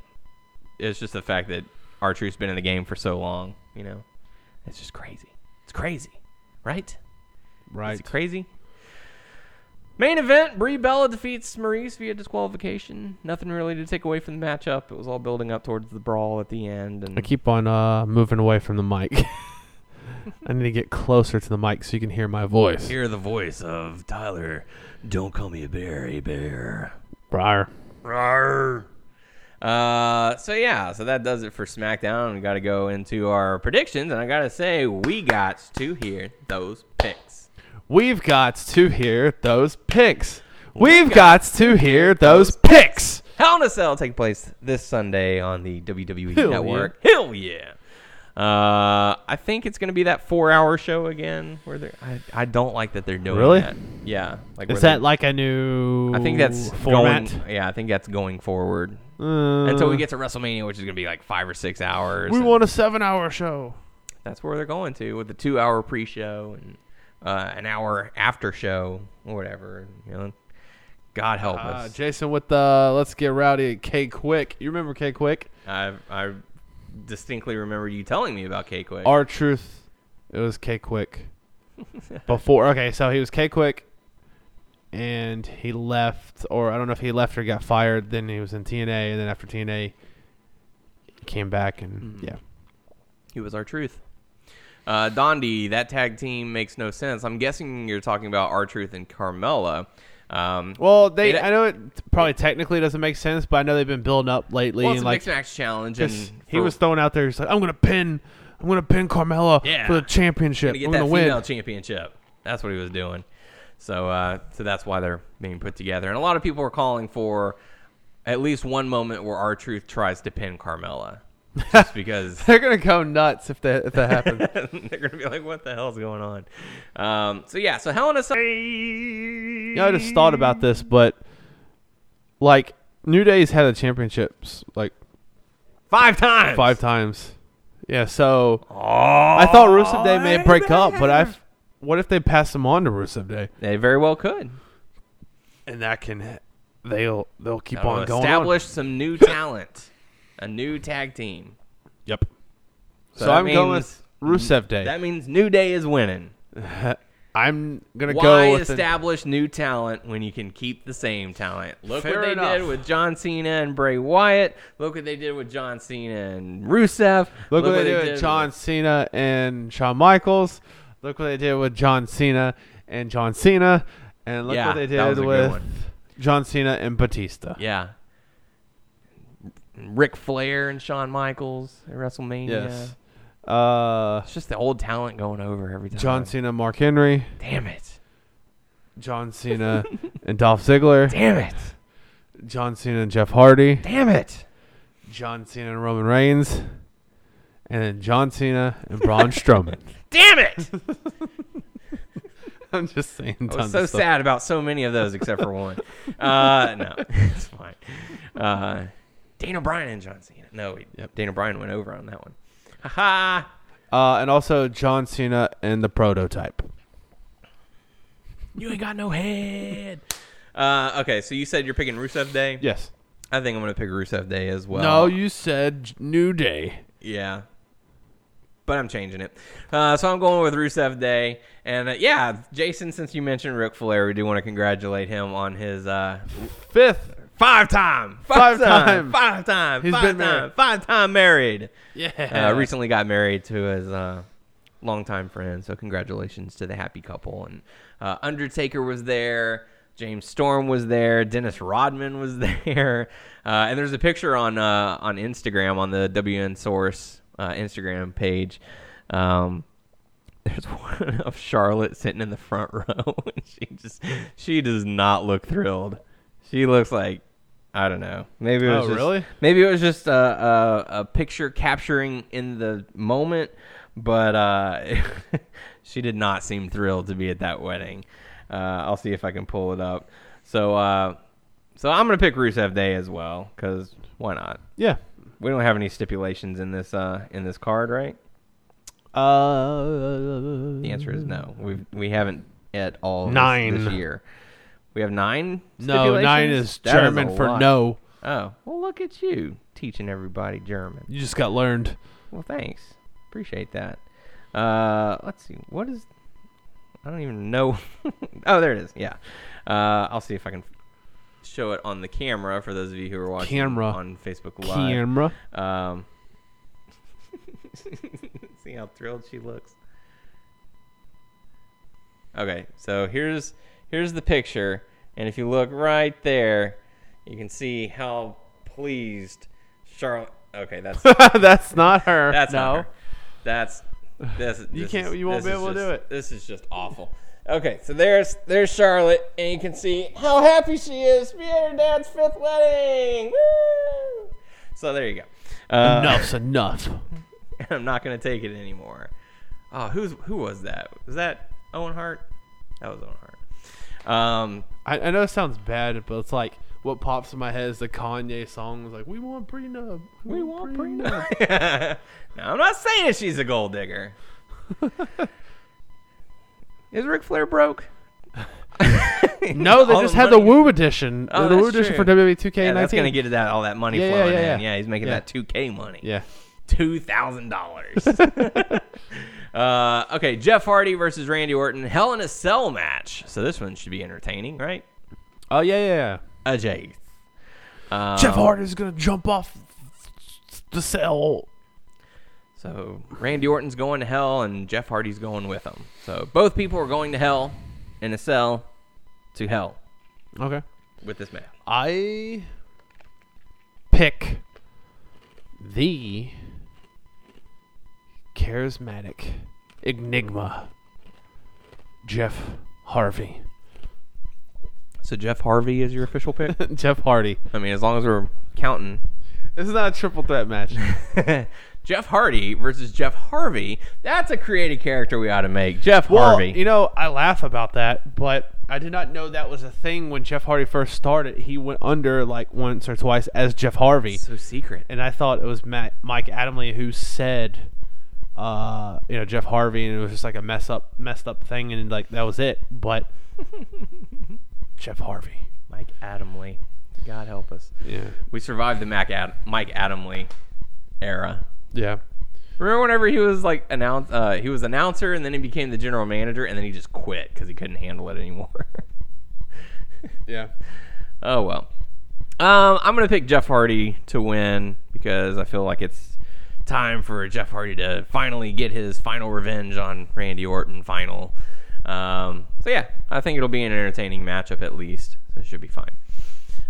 C: it's just the fact that our Truth's been in the game for so long. You know, it's just crazy. It's crazy, right?
D: Right.
C: Is it crazy? Main event: Brie Bella defeats Maurice via disqualification. Nothing really to take away from the matchup. It was all building up towards the brawl at the end, and
D: I keep on uh, moving away from the mic. I need to get closer to the mic so you can hear my voice.
C: hear the voice of Tyler. Don't call me a bear, a bear.
D: Briar.
C: Rawr. Uh, so yeah, so that does it for SmackDown. We got to go into our predictions, and I gotta say, we got to hear those picks.
D: We've got to hear those picks. We've got to hear those picks.
C: Hell in a Cell take place this Sunday on the WWE
D: Hell
C: Network. Hell yeah! Uh, I think it's gonna be that four-hour show again. Where they I I don't like that they're doing
D: Really?
C: that. Yeah, like where
F: Is
C: they-
F: that like a new?
C: I think that's
F: format.
C: going. Yeah, I think that's going forward
D: Uh,
C: until we get to WrestleMania, which is gonna be like five or six hours.
D: we
C: and-
D: want a seven-hour show.
C: that's where they're going to with the two hour pre show and uh, an hour after show or whatever. You know, God help
D: Uh,
C: us.
D: Jason with the let's get rowdy at K Quick. You remember K Quick?
C: I I distinctly remember you telling me about K Quick.
D: Our truth. It was K Quick. Before okay, so he was K Quick, and he left, or I don't know if he left or got fired. Then he was in TNA, and then after TNA, he came back and yeah.
C: He was our truth. Uh, Dondi, that tag team makes no sense. I'm guessing you're talking about our truth and Carmella. Um,
D: Well, they
C: It-
D: I know it probably technically doesn't make sense, but I know they've been building up lately.
C: well, it's
D: and
C: a
D: like
C: mixed match challenge, and
D: 'cause he
C: for-
D: was thrown out there. He's like, I'm gonna pin, I'm gonna pin Carmella
C: Yeah.
D: for the championship.
C: to get
D: I'm
C: that
D: gonna win.
C: female championship. That's what he was doing. So, uh, so that's why they're being put together. And a lot of people are calling for at least one moment where our truth tries to pin Carmella, just because
D: They're gonna go nuts if that if that happens.
C: they're gonna be like, "What the hell's going on?" Um, so yeah, so Hell in a Cell.
D: you know, I just thought about this, but like New Day's had the championships like
C: five times.
D: five times. Yeah, so I thought Rusev Day may break up, but I what if they pass them on to Rusev Day?
C: They very well could
D: And that can they'll they'll keep
C: That'll
D: on going. on.
C: establish some new talent, a new tag team.
D: Yep. So,
C: that
D: I'm going
C: means-
D: with Rusev Day.
C: That means New Day is winning.
D: I'm gonna
C: Why
D: go with the-
C: establish new talent when you can keep the same talent? Look
D: Fair
C: what they
D: enough.
C: did with John Cena and Bray Wyatt. Look what they did with John Cena and Rusev.
D: look, what they did with John Cena and Shawn Michaels. Look what they did with John Cena and John Cena, and look
C: Yeah,
D: what they
C: that was
D: did
C: a good
D: with
C: one.
D: John Cena and Batista.
C: Yeah. Ric Flair and Shawn Michaels at WrestleMania.
D: Yes. Uh,
C: It's just the old talent going over every time.
D: John Cena, Mark Henry,
C: Damn it.
D: John Cena and Dolph Ziggler,
C: Damn it.
D: John Cena and Jeff Hardy,
C: Damn it.
D: John Cena and Roman Reigns, and then John Cena and Braun Strowman.
C: Damn it.
D: I'm just saying.
C: I
D: tons
C: was so
D: of stuff.
C: sad about so many of those except for one. Uh, no, it's fine. Uh, Dana Bryan and John Cena. No, wait, Dana Bryan went over on that one. Ha ha.
D: Uh, and also John Cena and the prototype.
C: You ain't got no head. Uh, okay, so you said you're picking Rusev Day.
D: Yes.
C: I think I'm gonna pick Rusev Day as well.
D: no, you said J- New Day.
C: Yeah. But I'm changing it. Uh, so I'm going with Rusev Day. And uh, yeah, Jason, since you mentioned Ric Flair, we do want to congratulate him on his uh,
D: Fifth.
C: Five time.
D: Five
C: Five, time,
D: time.
C: Five time.
D: He's
C: five
D: been
C: time,
D: married.
C: Five time married.
D: Yeah.
C: Uh, recently got married to his uh, longtime friend. So congratulations to the happy couple. And uh, Undertaker was there. James Storm was there. Dennis Rodman was there. Uh, and there's a picture on uh, on Instagram on the WN Source uh, Instagram page. Um, there's one of Charlotte sitting in the front row, and she just she does not look thrilled. She looks like I don't know. Maybe it was
D: Oh,
C: just,
D: really?
C: Maybe it was just a, a, a picture capturing in the moment, but uh, she did not seem thrilled to be at that wedding. Uh, I'll see if I can pull it up. So uh, so I'm gonna pick Rusev Day as well because why not?
D: Yeah.
C: We don't have any stipulations in this uh, in this card, right?
D: Uh,
C: The answer is no. We we haven't at all this-
D: Nine.
C: this, year. We have nine.
D: no, nine
C: stipulations?
D: is
C: That a
D: German for
C: lot.
D: no.
C: Oh well, look at you teaching everybody German.
D: You just got learned.
C: Well, thanks, appreciate that. Uh, let's see, what is? I don't even know. oh, there it is. Yeah, uh, I'll see if I can show it on the camera for those of you who are watching
D: Camera.
C: on Facebook Live.
D: Camera.
C: Um, see how thrilled she looks. Okay, so here's here's the picture, and if you look right there, you can see how pleased Charlotte. Okay, that's
D: That's not her.
C: that's
D: no.
C: not her. That's this.
D: You
C: this
D: can't-
C: is-
D: you won't
C: this
D: be
C: is
D: able to do
C: just-
D: it.
C: This is just awful. Okay, so there's there's Charlotte, and you can see how happy she is to be at her dad's fifth wedding. Woo! So there you go. Uh,
D: Enough's enough.
C: I'm not gonna take it anymore. Oh, who's who was that? Was that Owen Hart? That was Owen Hart. Um,
D: I, I know it sounds bad, but it's like what pops in my head is the Kanye song. It's like we want prenup.
C: we want prenup. now I'm not saying she's a gold digger. Is Ric Flair broke?
D: No, they
C: All
D: just
C: the
D: had the
C: money-
D: Woo edition.
C: Oh,
D: the Woo
C: that's
D: edition
C: true.
D: for E WWE 2K19.
C: Yeah, that's gonna get that all that money
D: Yeah, yeah,
C: flowing
D: yeah,
C: in.
D: yeah.
C: Yeah, he's making
D: Yeah.
C: that 2K money.
D: Yeah.
C: two thousand dollars. uh, okay, Jeff Hardy versus Randy Orton, Hell in a Cell match. So this one should be entertaining, right?
D: Oh yeah, yeah. yeah. Uh,
C: Ajay. Um,
D: Jeff Hardy's gonna jump off the cell.
C: So Randy Orton's going to hell, and Jeff Hardy's going with him. So both people are going to hell in a cell to hell
D: Okay.
C: with this match.
D: I pick the charismatic enigma, Jeff Harvey.
C: So Jeff Harvey is your official pick.
D: Jeff Hardy.
C: I mean, as long as we're counting
D: This is not a triple threat match.
C: Jeff Hardy versus Jeff Harvey. That's a creative character we ought to make. Jeff Harvey.
D: Well, you know, I laugh about that, but I did not know that was a thing when Jeff Hardy first started. He went under like once or twice as Jeff Harvey.
C: so secret.
D: and I thought it was Matt, Mike Adamley who said, uh, you know, Jeff Harvey, and it was just like a mess up, messed up thing, and like that was it. But Jeff Harvey,
C: Mike Adamley. God help us.
D: yeah,
C: We survived the Mac Ad- Mike Adamley era.
D: yeah,
C: Remember whenever he was like announce uh, he was announcer and then he became the general manager and then he just quit because he couldn't handle it anymore.
D: yeah.
C: oh well. Um, I'm gonna pick Jeff Hardy to win because I feel like it's time for Jeff Hardy to finally get his final revenge on Randy Orton. Final. Um, so yeah, I think it'll be an entertaining matchup at least. So it should be fine.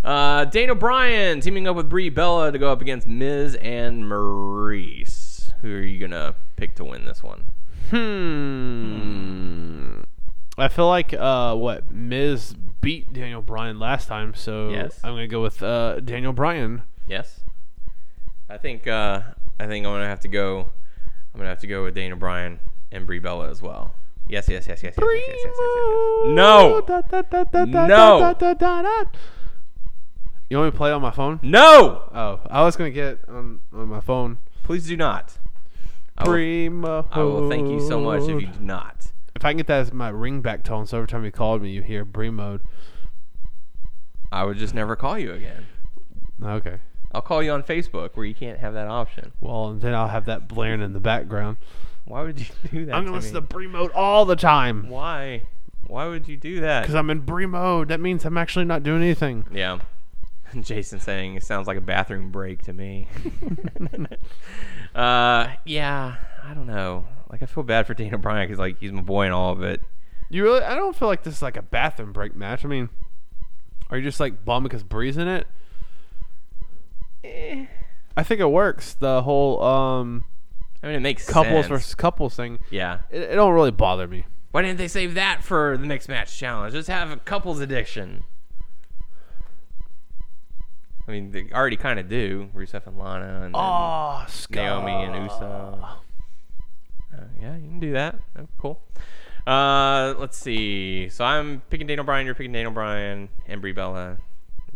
C: Uh, Dana Bryan teaming up with Brie Bella to go up against Miz and Maurice. Who are you gonna pick to win this one?
D: Hmm. I feel like uh, what Miz beat Daniel Bryan last time, so
C: Yes.
D: I'm gonna go with uh, Daniel Bryan.
C: Yes. I think uh, I think I'm gonna have to go. I'm gonna have to go with Dana Bryan and Brie Bella as well. Yes, yes, yes, yes, yes, yes, yes, yes, yes, yes, yes. No, No.
D: No. You want me to play on my phone?
C: no!
D: Oh, I was gonna get on, on my phone.
C: Please do not. I will,
D: Primo.
C: I will thank you so much if you do not.
D: If I can get that as my ring back tone, so every time you called me, you hear Bream mode.
C: I would just never call you again.
D: Okay.
C: I'll call you on Facebook where you can't have that option.
D: Well, and then I'll have that blaring in the background.
C: Why would you do that?
D: I'm
C: to
D: gonna listen
C: me?
D: to Bream mode all the time
C: Why? Why would you do that?
D: because I'm in Bream mode. That means I'm actually not doing anything.
C: Yeah. Jason saying it sounds like a bathroom break to me. uh, yeah, I don't know. Like I feel bad for Dana Bryan because like he's my boy and all, but
D: You really? I don't feel like this is like a bathroom break match. I mean, are you just like bummed because Bree's in it? I think it works. The whole um
C: I mean it makes
D: couples
C: sense.
D: versus couples thing.
C: yeah.
D: It, it don't really bother me.
C: Why didn't they save that for the mixed match challenge? Just have a couples addiction. I mean, they already kind of do. Rusev and Lana and then
D: Oh, Scott.
C: Naomi and Uso. Uh, yeah, you can do that. Oh, cool. Uh, let's see. So I'm picking Daniel Bryan. You're picking Daniel Bryan and Brie Bella.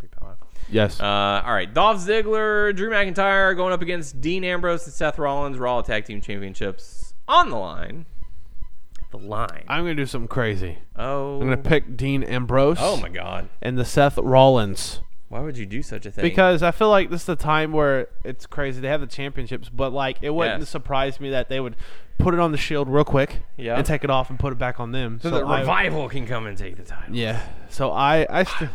C: Brie Bella.
D: Yes.
C: Uh, all right. Dolph Ziggler, Drew McIntyre going up against Dean Ambrose and Seth Rollins. Raw Tag Team Championships on the line. The line.
D: I'm gonna do something crazy.
C: oh.
D: I'm gonna pick Dean Ambrose.
C: Oh my God.
D: And the Seth Rollins
C: Why would you do such a thing?
D: because I feel like this is the time where it's crazy. They have the championships, but like it wouldn't
C: Yes.
D: surprise me that they would put it on the Shield real quick
C: Yeah.
D: and take it off and put it back on them.
C: so the
D: I-
C: revival can come and take the title.
D: yeah. So I I still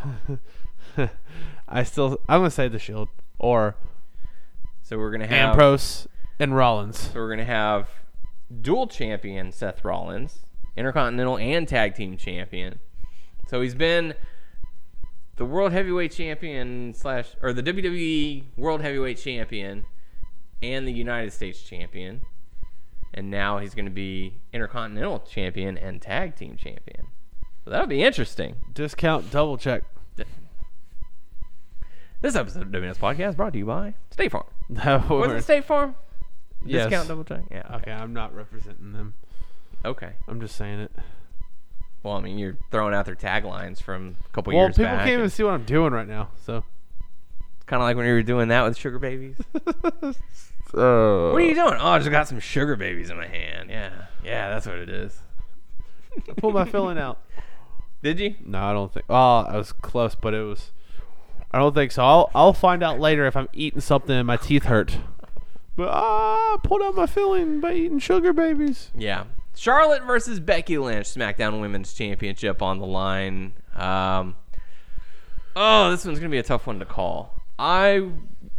D: I still I'm gonna say the Shield or
C: So we're gonna have.
D: Ambrose and Rollins.
C: So we're gonna have dual champion Seth Rollins, Intercontinental and Tag Team Champion. So he's been the world heavyweight champion slash or the WWE world heavyweight champion and the United States champion, and now he's going to be intercontinental champion and tag team champion. So that'll be interesting.
D: Discount double check.
C: This episode of WNS Podcast brought to you by State Farm.
D: That
C: Was it
D: works.
C: State Farm?
D: Yes.
C: Discount double check. Yeah.
D: Okay, I'm not representing them.
C: Okay.
D: I'm just saying it.
C: Well, I mean, you're throwing out their taglines from a couple
D: Well,
C: years
D: people
C: back.
D: can't even see what I'm doing right now. So,
C: Kind of like when you were doing that with sugar babies.
D: so
C: What are you doing? Oh, I just got some sugar babies in my hand. Yeah. Yeah, that's what it is.
D: pull my filling out.
C: Did you?
D: No, I don't think. Well, I was close, but it was. I don't think so. I'll I'll find out later if I'm eating something and my teeth hurt. But ah, I pulled out my filling by eating sugar babies.
C: Yeah. Charlotte versus Becky Lynch, SmackDown Women's Championship on the line. Um, oh, this one's gonna be a tough one to call. I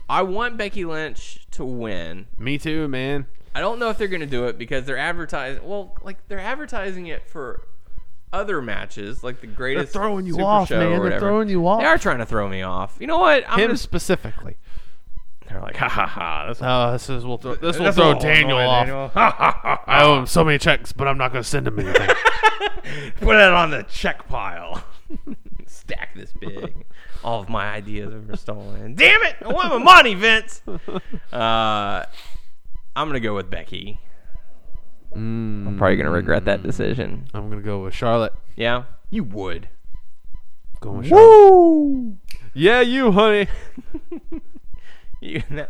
C: I want Becky Lynch to win.
D: Me too, man.
C: I don't know if they're gonna do it because they're advertising. Well, like they're advertising it for other matches, like the greatest.
D: throwing you
C: Super
D: off,
C: Show or
D: man. They're
C: whatever.
D: throwing you off.
C: They are trying to throw me off. You know what? I'm
D: Him
C: gonna,
D: specifically.
C: they're like, ha ha ha. That's
D: Oh, this is will throw this will throw Daniel off. I owe him so many checks, but I'm not going to send him anything.
C: Put it on the check pile. Stack this big. All of my ideas were stolen. Damn it! I want my money, Vince. Uh, I'm gonna go with Becky. I'm probably gonna regret
D: Mm.
C: that decision.
D: I'm going to go with Charlotte.
C: Yeah, you would.
D: Going with Charlotte.
C: Woo!
D: Yeah, you, honey.
C: You, no,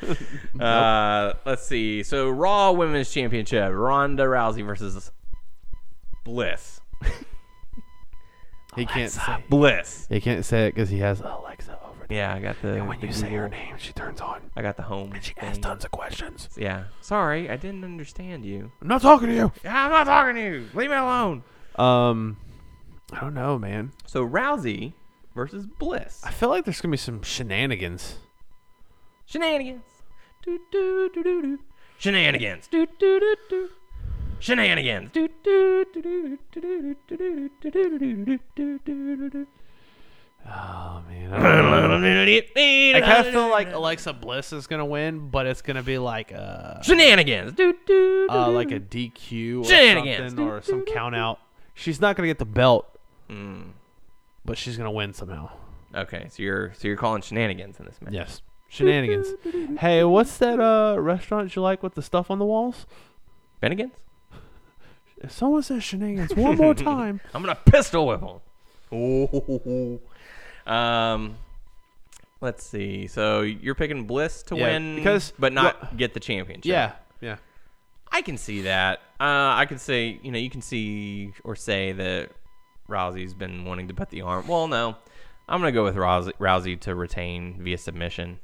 C: never mind. Uh, let's see. So Raw Women's Championship: Ronda Rousey versus Bliss.
D: He can't say.
C: Bliss.
D: He can't say it because he has Alexa over there.
C: Yeah, I got the.
D: When
C: the
D: you say her
C: Google-
D: name, she turns on.
C: I got the home.
D: She
C: thing.
D: asks tons of questions.
C: Yeah. Sorry, I didn't understand you.
D: I'm not talking to you.
C: I'm not talking to you. Leave me alone.
D: Um, I don't know, man.
C: So Rousey versus Bliss.
D: I feel like there's gonna be some shenanigans.
C: Shenanigans. Do do do do do. Shenanigans. Do do do do. Shenanigans. Do do do do do do do do do do do do do do.
D: Oh man, I, don't know. I kind of
C: do
D: feel like Alexa Bliss is gonna win, but it's gonna be like a
C: Shenanigans. Do do
D: uh, like a DQ or
C: Shenanigans.
D: something or some count out. She's not gonna get the belt, Mm. but she's gonna win somehow.
C: Okay, so you're so you're calling shenanigans in this match.
D: Yes, shenanigans. hey, what's that uh restaurant you like with the stuff on the walls?
C: Benigans?
D: If someone says shenanigans one more time,
C: I'm gonna pistol whip him. Um, let's see. So you're picking Bliss to
D: Yeah,
C: win,
D: because-
C: but not get the championship.
D: yeah, yeah.
C: I can see that. Uh, I could say you know you can see or say that Rousey's been wanting to put the arm. Well, no, I'm gonna go with Rousey, Rousey to retain via submission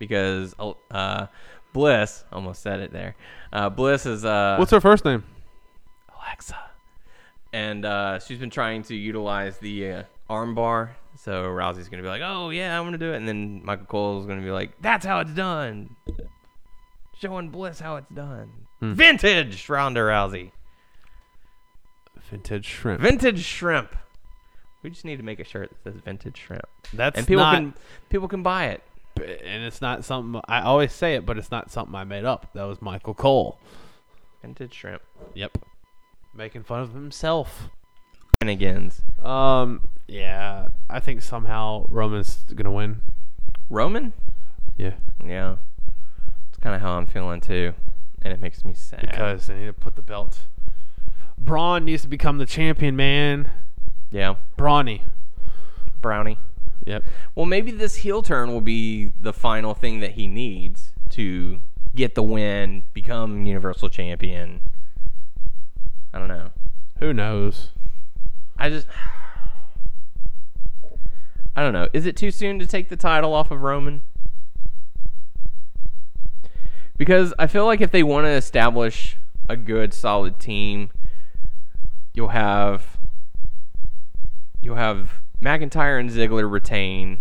C: because uh, Bliss almost said it there. Uh, Bliss is uh,
D: What's her first name?
C: Alexa. And uh, she's been trying to utilize the uh, arm bar. So Rousey's going to be like, oh, yeah, I'm going to do it. And then Michael Cole's going to be like, that's how it's done. Showing Bliss how it's done.
D: Hmm.
C: Vintage Ronda Rousey.
D: Vintage shrimp.
C: Vintage shrimp. We just need to make a shirt that says vintage shrimp.
D: That's
C: and people
D: not-
C: can people can buy it.
D: and it's not something I always say it, but it's not something I made up. That was Michael Cole.
C: Vintage shrimp.
D: Yep, making fun of himself.
C: Shenanigans.
D: Um, yeah, I think somehow Roman's gonna win.
C: Roman?
D: Yeah,
C: Yeah. It's kind of how I'm feeling too. And it makes me sad.
D: because they need to put the belt. Braun needs to become the champion, man.
C: yeah.
D: Brawny.
C: Brownie.
D: Yep.
C: Well, maybe this heel turn will be the final thing that he needs to get the win, become Universal Champion. I don't know.
D: Who knows?
C: I just. I don't know. Is it too soon to take the title off of Roman? Because I feel like if they want to establish a good, solid team, you'll have you'll have McIntyre and Ziggler retain.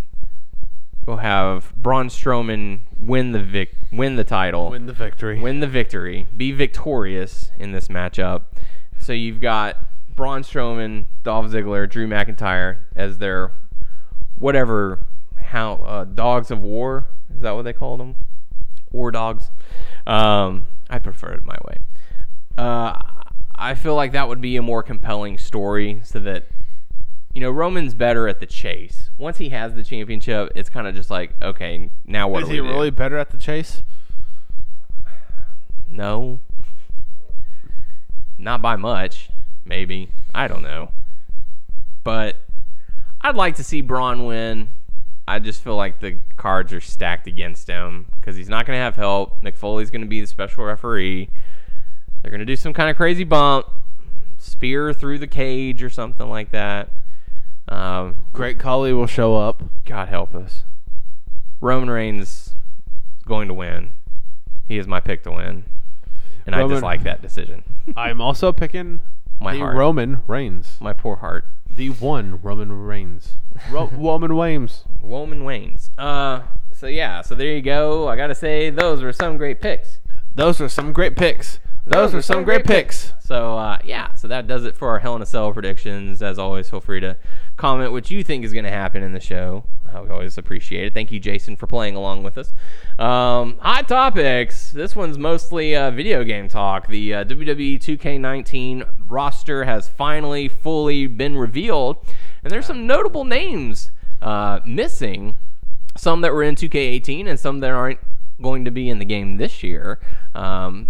C: You'll have Braun Strowman win the vic- win the title
D: Win the victory.
C: win the victory, be victorious in this matchup. So you've got Braun Strowman, Dolph Ziggler, Drew McIntyre as their whatever how uh, dogs of war is that what they called them war dogs um, i prefer it my way uh, i feel like that would be a more compelling story so that you know roman's better at the chase once he has the championship it's kind of just like okay now what
D: Is
C: do
D: he
C: we do?
D: really better at the chase?
C: No. Not by much, maybe. I don't know. But I'd like to see Braun win. I just feel like the cards are stacked against him because he's not going to have help. Nick Foley's going to be the special referee. They're going to do some kind of crazy bump, spear through the cage or something like that. Um,
D: Great Collie will show up.
C: God help us. Roman Reigns is going to win. He is my pick to win. And I
D: Roman-
C: dislike that decision.
D: I'm also picking
C: My
D: the
C: heart.
D: Roman Reigns.
C: my poor heart.
D: The one Roman Reigns. Ro- Roman Reigns.
C: Roman Reigns. Uh so yeah, so there you go. I gotta say those were some great picks.
D: Those are some great picks. Those, are, some great picks.
C: So uh, yeah, so that does it for our Hell in a Cell predictions. As always, feel free to comment what you think is going to happen in the show. Uh, we always appreciate it. Thank you, Jason, for playing along with us. Um, hot topics. This one's mostly uh, video game talk. The uh, WWE 2K19 roster has finally fully been revealed, and there's some notable names uh, missing some that were in 2K18 and some that aren't going to be in the game this year. Um,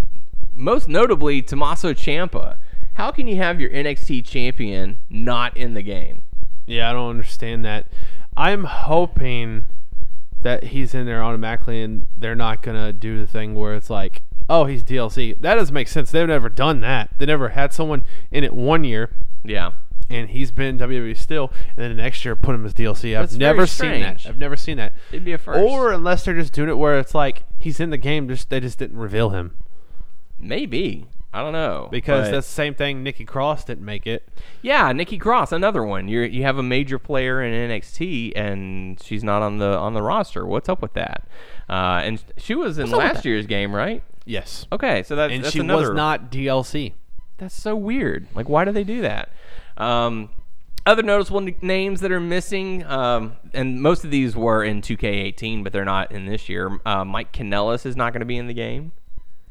C: most notably, Tommaso Ciampa. How can you have your NXT champion not in the game?
D: Yeah, I don't understand that. I'm hoping that he's in there automatically and they're not going to do the thing where it's like, oh, he's DLC. That doesn't make sense. They've never done that. They never had someone in it one year
C: Yeah,
D: and he's been WWE E still, and then the next year put him as DLC. I've
C: That's very
D: never seen that.
C: strange.
D: I've never seen that.
C: it'd be a first.
D: Or unless they're just doing it where it's like he's in the game, just they just didn't reveal him
C: maybe I don't know
D: because
C: but-
D: that's the same thing. Nikki Cross didn't make it.
C: yeah, Nikki Cross, another one. You you have a major player in NXT and she's not on the on the roster. What's up with that? Uh, and she was in last year's game, right?
D: Yes,
C: Okay, so that's
D: and
C: that's
D: she
C: another.
D: was not DLC.
C: That's so weird. Like, why do they do that? Um, other noticeable n- names that are missing, um, and most of these were in 2K18, but they're not in this year. Uh, Mike Kanellis is not going to be in the game,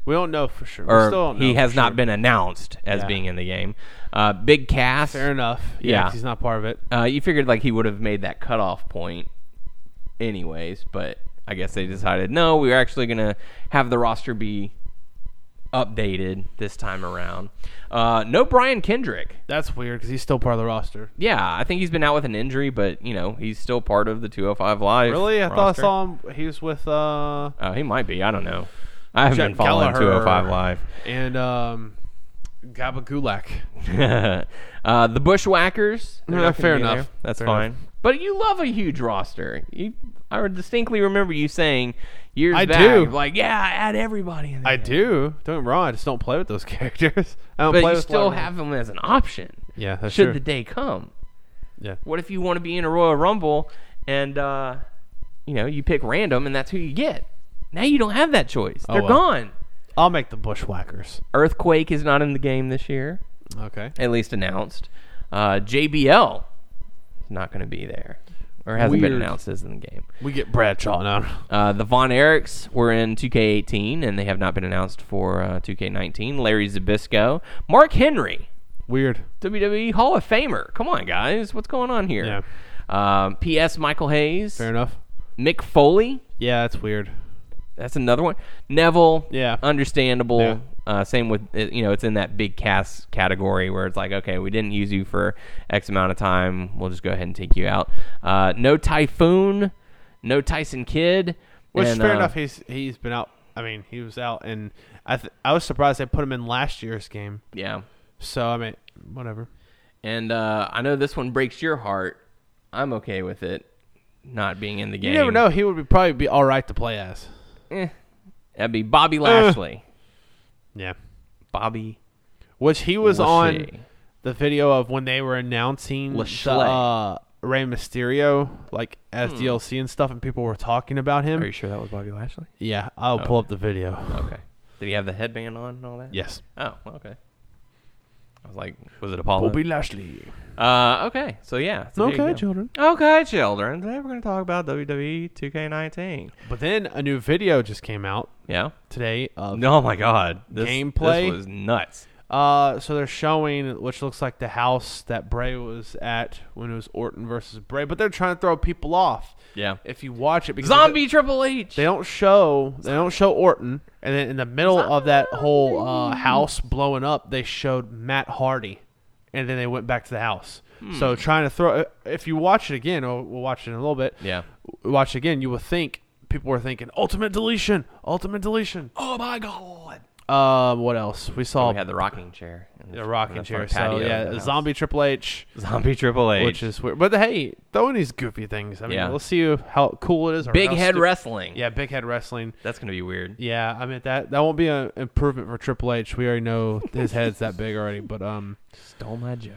D: We don't know for sure. we
C: or
D: still don't know
C: he
D: for
C: has not
D: sure.
C: been announced as
D: Yeah.
C: being in the game. Uh, Big Cass,
D: Fair enough.
C: Yeah.
D: Yeah, 'cause he's not part of it.
C: uh, you figured like he would have made that cutoff point, anyways, but I guess they decided no, we are actually gonna have the roster be updated this time around. Uh, no Brian Kendrick.
D: That's weird because he's still part of the roster.
C: Yeah, I think he's been out with an injury, but you know he's still part of the 205 Live.
D: Really? I thought I
C: roster.
D: saw him. He was with uh
C: Uh, he might be. I don't know. I haven't
D: Jack
C: been following
D: Gallagher.
C: 205 Live.
D: and um Gaba Gulak.
C: uh, the Bushwhackers. they're
D: Yeah,
C: not gonna
D: fair
C: be
D: enough.
C: there. That's
D: Fair
C: fine. But you love a huge roster. You, I distinctly remember you saying years
D: I
C: back,
D: do.
C: like, yeah, add everybody. In there.
D: I do. Don't get me wrong. I just don't play with those characters. I don't
C: But
D: play
C: you
D: with
C: still
D: Lionel.
C: have them as an option.
D: Yeah, that's
C: should
D: true.
C: the day come.
D: Yeah.
C: What if you want to be in a Royal Rumble and uh, you know you pick random and that's who you get? Now you don't have that choice. They're
D: Oh, well.
C: gone.
D: I'll make the Bushwhackers.
C: Earthquake is not in the game this year,
D: Okay.
C: at least announced. Uh, JBL is not going to be there, or hasn't been
D: Weird.
C: announced as in the game.
D: We get Bradshaw now.
C: Uh, the Von Erichs were in 2K18 and they have not been announced for uh, 2K19. Larry Zabisco, Mark Henry,
D: Weird.
C: WWE E Hall of Famer. Come on, guys, what's going on here? Um, P.S. Michael Hayes,
D: Fair enough.
C: Mick Foley.
D: Yeah, that's weird.
C: That's another one. Neville.
D: Yeah.
C: Understandable.
D: Yeah.
C: Uh, same with it- you know it's in that big cast category where it's like okay we didn't use you for X amount of time we'll just go ahead and take you out. Uh, no typhoon. No Tyson Kidd.
D: Which
C: and,
D: fair
C: uh,
D: enough. He's he's been out. I mean, he was out, and I th- I was surprised they put him in last year's game.
C: Yeah.
D: So I mean, whatever.
C: And uh, I know this one breaks your heart. I'm okay with it not being in the game. Eh.
D: You never know. He would be probably be all right to play as.
C: That'd be
D: Uh.
C: Bobby Lashley.
D: Yeah.
C: Bobby
D: Which he was
C: Lashley.
D: on the video of when they were announcing the,
C: Lashley.
D: uh, Rey Mysterio like as DLC and stuff, and people were talking about him.
C: Hmm. Are you Oh. sure that was Bobby Lashley?
D: Yeah, I'll pull up the video.
C: Oh, Okay. Did he have the headband on and all that?
D: Yes.
C: Oh, okay. I was like, was it Apollo?
D: Bobby Lashley.
C: Uh, okay, so yeah. so there you
D: Okay,
C: go.
D: children.
C: Okay, children. Today we're going to talk about E WWE 2K19.
D: But then a new video just came out
C: Yeah.
D: today of
C: Oh my God. This,
D: Gameplay?
C: This was nuts.
D: Uh, so they're showing which looks like the house that Bray was at when it was Orton versus Bray, but they're trying to throw people off.
C: Yeah.
D: If you watch it, because
C: Zombie Triple H.
D: they don't show they don't show Orton, and then in the middle of that whole uh, house blowing up, they showed Matt Hardy, and then they went back to the house.
C: Hmm.
D: So trying to throw uh, if you watch it again, or we'll watch it in a little bit.
C: Yeah.
D: watch it again, you will think people were thinking ultimate deletion, ultimate deletion.
C: Oh my God.
D: Um, what else? We saw
C: We had the rocking chair. in
D: a
C: in
D: rocking
C: the
D: chair.
C: front
D: So
C: patio of
D: yeah,
C: the house.
D: zombie Triple H,
C: Zombie Triple H.
D: which is weird. But hey, throwing these goofy things. I mean,
C: Yeah.
D: let's see how cool it is. or
C: Big
D: how
C: Head
D: stu-
C: Wrestling.
D: Yeah, big head wrestling.
C: That's going to be weird.
D: Yeah, I mean that that won't be an improvement for Triple H. We already know his head's that big already. But um,
C: Stole my joke.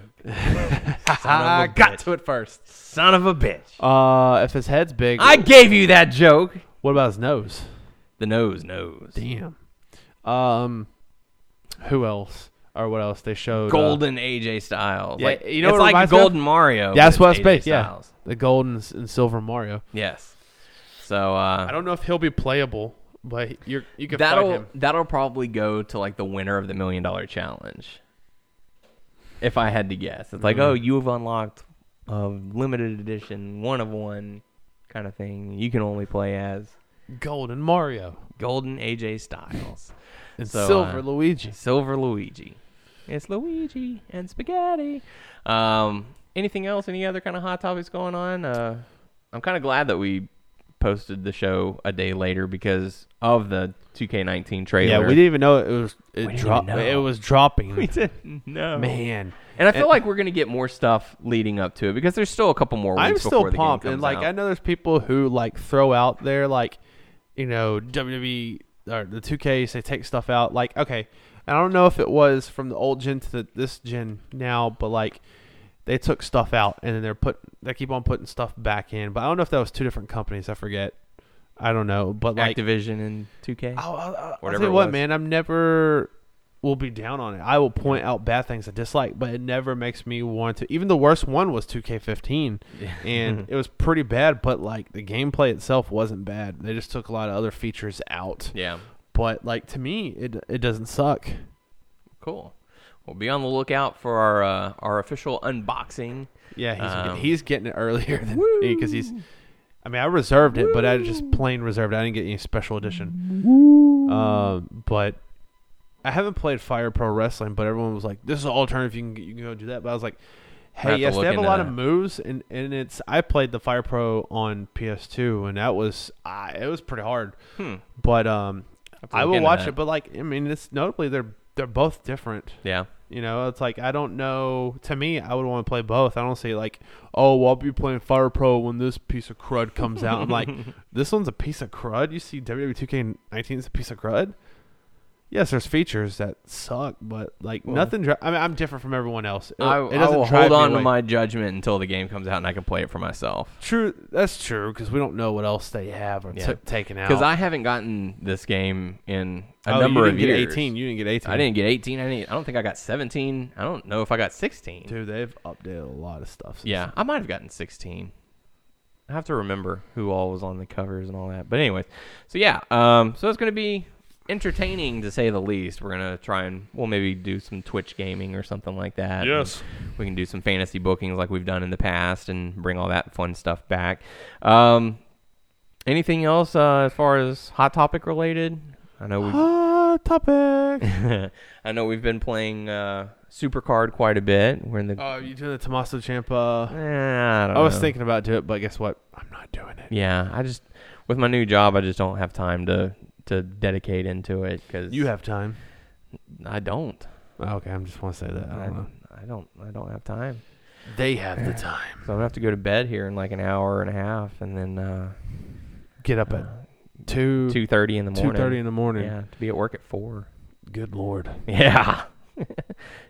D: I
C: a
D: got
C: bitch.
D: to it first.
C: Son of a bitch.
D: Uh, if his head's big,
C: I gave you that joke.
D: what about his nose?
C: The nose knows.
D: Damn. Um, who else or what else they showed? uh,
C: Golden AJ Styles.
D: Yeah,
C: like,
D: you know
C: it's
D: what
C: like
D: it reminds me of?
C: Golden Mario.
D: yeah, that's
C: but
D: what
C: it's
D: it's
C: AJ
D: based. Yeah,
C: Styles.
D: the golden s- and silver Mario.
C: Yes. So uh,
D: I don't know if he'll be playable, but you're you can fight
C: that'll
D: him.
C: that'll probably go to like the winner of the million dollar challenge. If I had to guess, it's
D: Mm-hmm.
C: like, oh, you have unlocked a limited edition, one of one kind of thing. You can only play as
D: Golden Mario
C: Golden AJ Styles,
D: and
C: So,
D: Silver
C: uh,
D: Luigi.
C: Silver Luigi. It's Luigi and spaghetti. Um, anything else? Any other kind of hot topics going on? Uh, I'm kind of glad that we posted the show a day later because of the 2K19 trailer.
D: Yeah, we didn't even know it was it
C: didn't
D: dropped.
C: even know.
D: It was dropping.
C: We didn't know.
D: Man,
C: And I feel like we're gonna get more stuff leading up to it because there's still a couple more weeks
D: I'm
C: before
D: still
C: the
D: pumped,
C: game comes
D: and like
C: out.
D: I know there's people who like throw out there like, you know, WWE or the 2Ks. They take stuff out like okay, and I don't know if it was from the old gen to the, this gen now, but like they took stuff out and then they're put they keep on putting stuff back in. But I don't know if that was two different companies. I forget. I don't know, but like Oh.
C: Activision and 2K.
D: I'll, I'll, I'll- I'll
C: Whatever
D: tell
C: it
D: you what,
C: was.
D: man. I'm never will be down on it. I will point out bad things I dislike, but it never makes me want to. Even the worst one was 2K15, and it was pretty bad. But like the gameplay itself wasn't bad. They just took a lot of other features out.
C: yeah,
D: But like to me, it it doesn't suck.
C: cool. Well, be on the lookout for our uh, our official unboxing.
D: Yeah, he's
C: Um,
D: he's getting it earlier than me because he's. I mean, I reserved it, but I just plain reserved. it. I didn't get any special edition. Um, but I haven't played Fire Pro Wrestling, but everyone was like, "This is an alternative. You can you can go do that." But I was like,
C: have
D: "Hey,
C: to
D: yes,
C: look
D: they have a
C: into
D: lot
C: that.
D: of moves, and and it's." I played the Fire Pro on PS2, and that was I it was pretty hard. But um,
C: Hmm. to
D: I
C: look
D: will
C: into
D: watch
C: that.
D: it. But like, I mean, it's notably they're they're both different.
C: Yeah,
D: You know, it's like I don't know. To me, I would want to play both. I don't see like, oh, well, I'll be playing Fire Pro when this piece of crud comes out. I'm like, this one's a piece of crud. You see, E WWE 2K19 is a piece of crud. Yes, there's features that suck, but like nothing. Dri- I mean, I'm different from everyone else. It,
C: I,
D: it
C: I will hold
D: drive me
C: on to
D: away.
C: my judgment until the game comes out and I can play it for myself.
D: True, that's true because we don't know what else they have or took taken out.
C: Because I haven't gotten this game in a
D: Oh,
C: number
D: you
C: of
D: didn't get
C: years.
D: 18. You didn't get 18.
C: I didn't get 18. I didn't. I don't think I got 17. I don't know if I got 16.
D: Dude, they've updated a lot of stuff. Since
C: Yeah, I might have gotten 16. I have to remember who all was on the covers and all that. But anyways, so yeah, um, so it's going to be entertaining to say the least. We're going to try and we'll maybe do some Twitch gaming or something like that. and
D: Yes.
C: we can do some fantasy bookings like we've done in the past and bring all that fun stuff back. Um, anything else uh, as far as hot topic related? I know we
D: Ah, topic.
C: I know we've been playing uh, Supercard quite a bit. We're in the
D: Oh, you doing the Tommaso Champa?
C: Eh, I, don't
D: I was
C: know.
D: thinking about doing it, but guess what? I'm not doing it.
C: Yeah, I just with my new job, I just don't have time to to dedicate into it because
D: You have time.
C: I don't.
D: Oh, Okay, I'm just want to say that. I
C: I
D: don't know.
C: I don't. I don't have time.
D: They have the time.
C: So I'm gonna have to go to bed here in like an hour and a half, and then uh,
D: Get up at two
C: two thirty in the morning.
D: 2:30 in the morning.
C: Yeah, to be at work at four.
D: Good lord.
C: Yeah.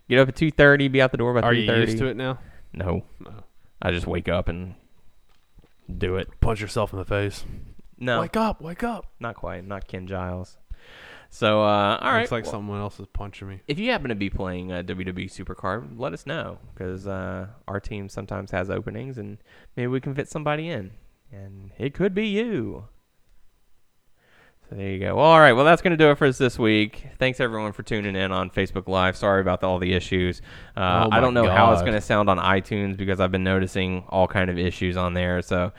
C: Get up at two thirty, be out the door by
D: Are
C: three
D: you
C: thirty.
D: used to it now?
C: No.
D: No.
C: I just wake up and do it.
D: Punch yourself in the face.
C: No,
D: Wake up! Wake up!
C: not quite. Not Ken Giles. So uh, all right,
D: Looks like
C: well,
D: someone else is punching me.
C: if you happen to be playing uh, WWE Supercard, let us know because uh, our team sometimes has openings, and maybe we can fit somebody in, and it could be you. So there you go. Well, all right. Well, that's going to do it for us this week. Thanks everyone for tuning in on Facebook Live. Sorry about all the issues. Uh,
D: Oh my
C: I don't know how it's
D: God.
C: going to sound on iTunes because I've been noticing all kind of issues on there. So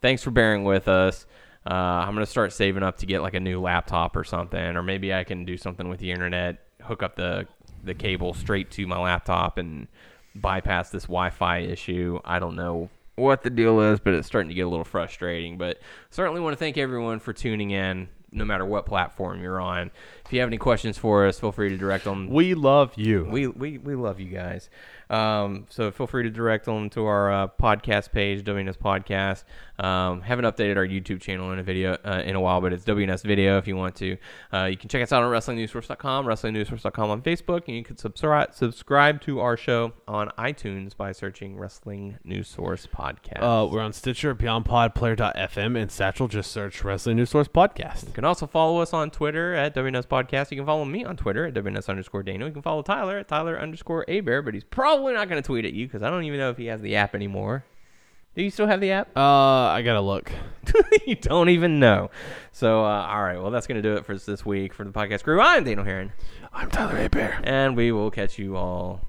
C: thanks for bearing with us. Uh, I'm going to start saving up to get like a new laptop or something, or maybe I can do something with the internet, hook up the the cable straight to my laptop and bypass this Wi-Fi issue. I don't know what the deal is, but it's starting to get a little frustrating. But certainly want to thank everyone for tuning in, no matter what platform you're on. If you have any questions for us, feel free to direct them.
D: We love you.
C: We, we, we love you guys. Um, so feel free to direct them to our uh, podcast page, WNS Podcast. Um, haven't updated our YouTube channel in a video uh, in a while, but it's WNS Video if you want to. Uh, you can check us out on WrestlingNewsSource.com, WrestlingNewsSource.com on Facebook, and you can subscribe subscribe to our show on iTunes by searching Wrestling News Source Podcast.
D: Uh, we're on Stitcher, BeyondPodPlayer.fm, and Satchel. Just search Wrestling News Source Podcast.
C: You can also follow us on Twitter at WNS Podcast. You can follow me on Twitter at WNS underscore Daniel. You can follow Tyler at Tyler underscore Abear, but he's probably not going to tweet at you because I don't even know if he has the app anymore. Do you still have the app?
D: Uh, I gotta look.
C: you don't even know. So, uh, all right. Well, that's going to do it for us this week for the podcast crew. I'm Daniel Herron,
D: I'm Tyler A. Bear.
C: and we will catch you all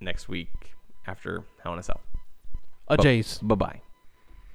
C: next week after Hell in a Cell.
D: A Uh, Jace.
C: Bye bye.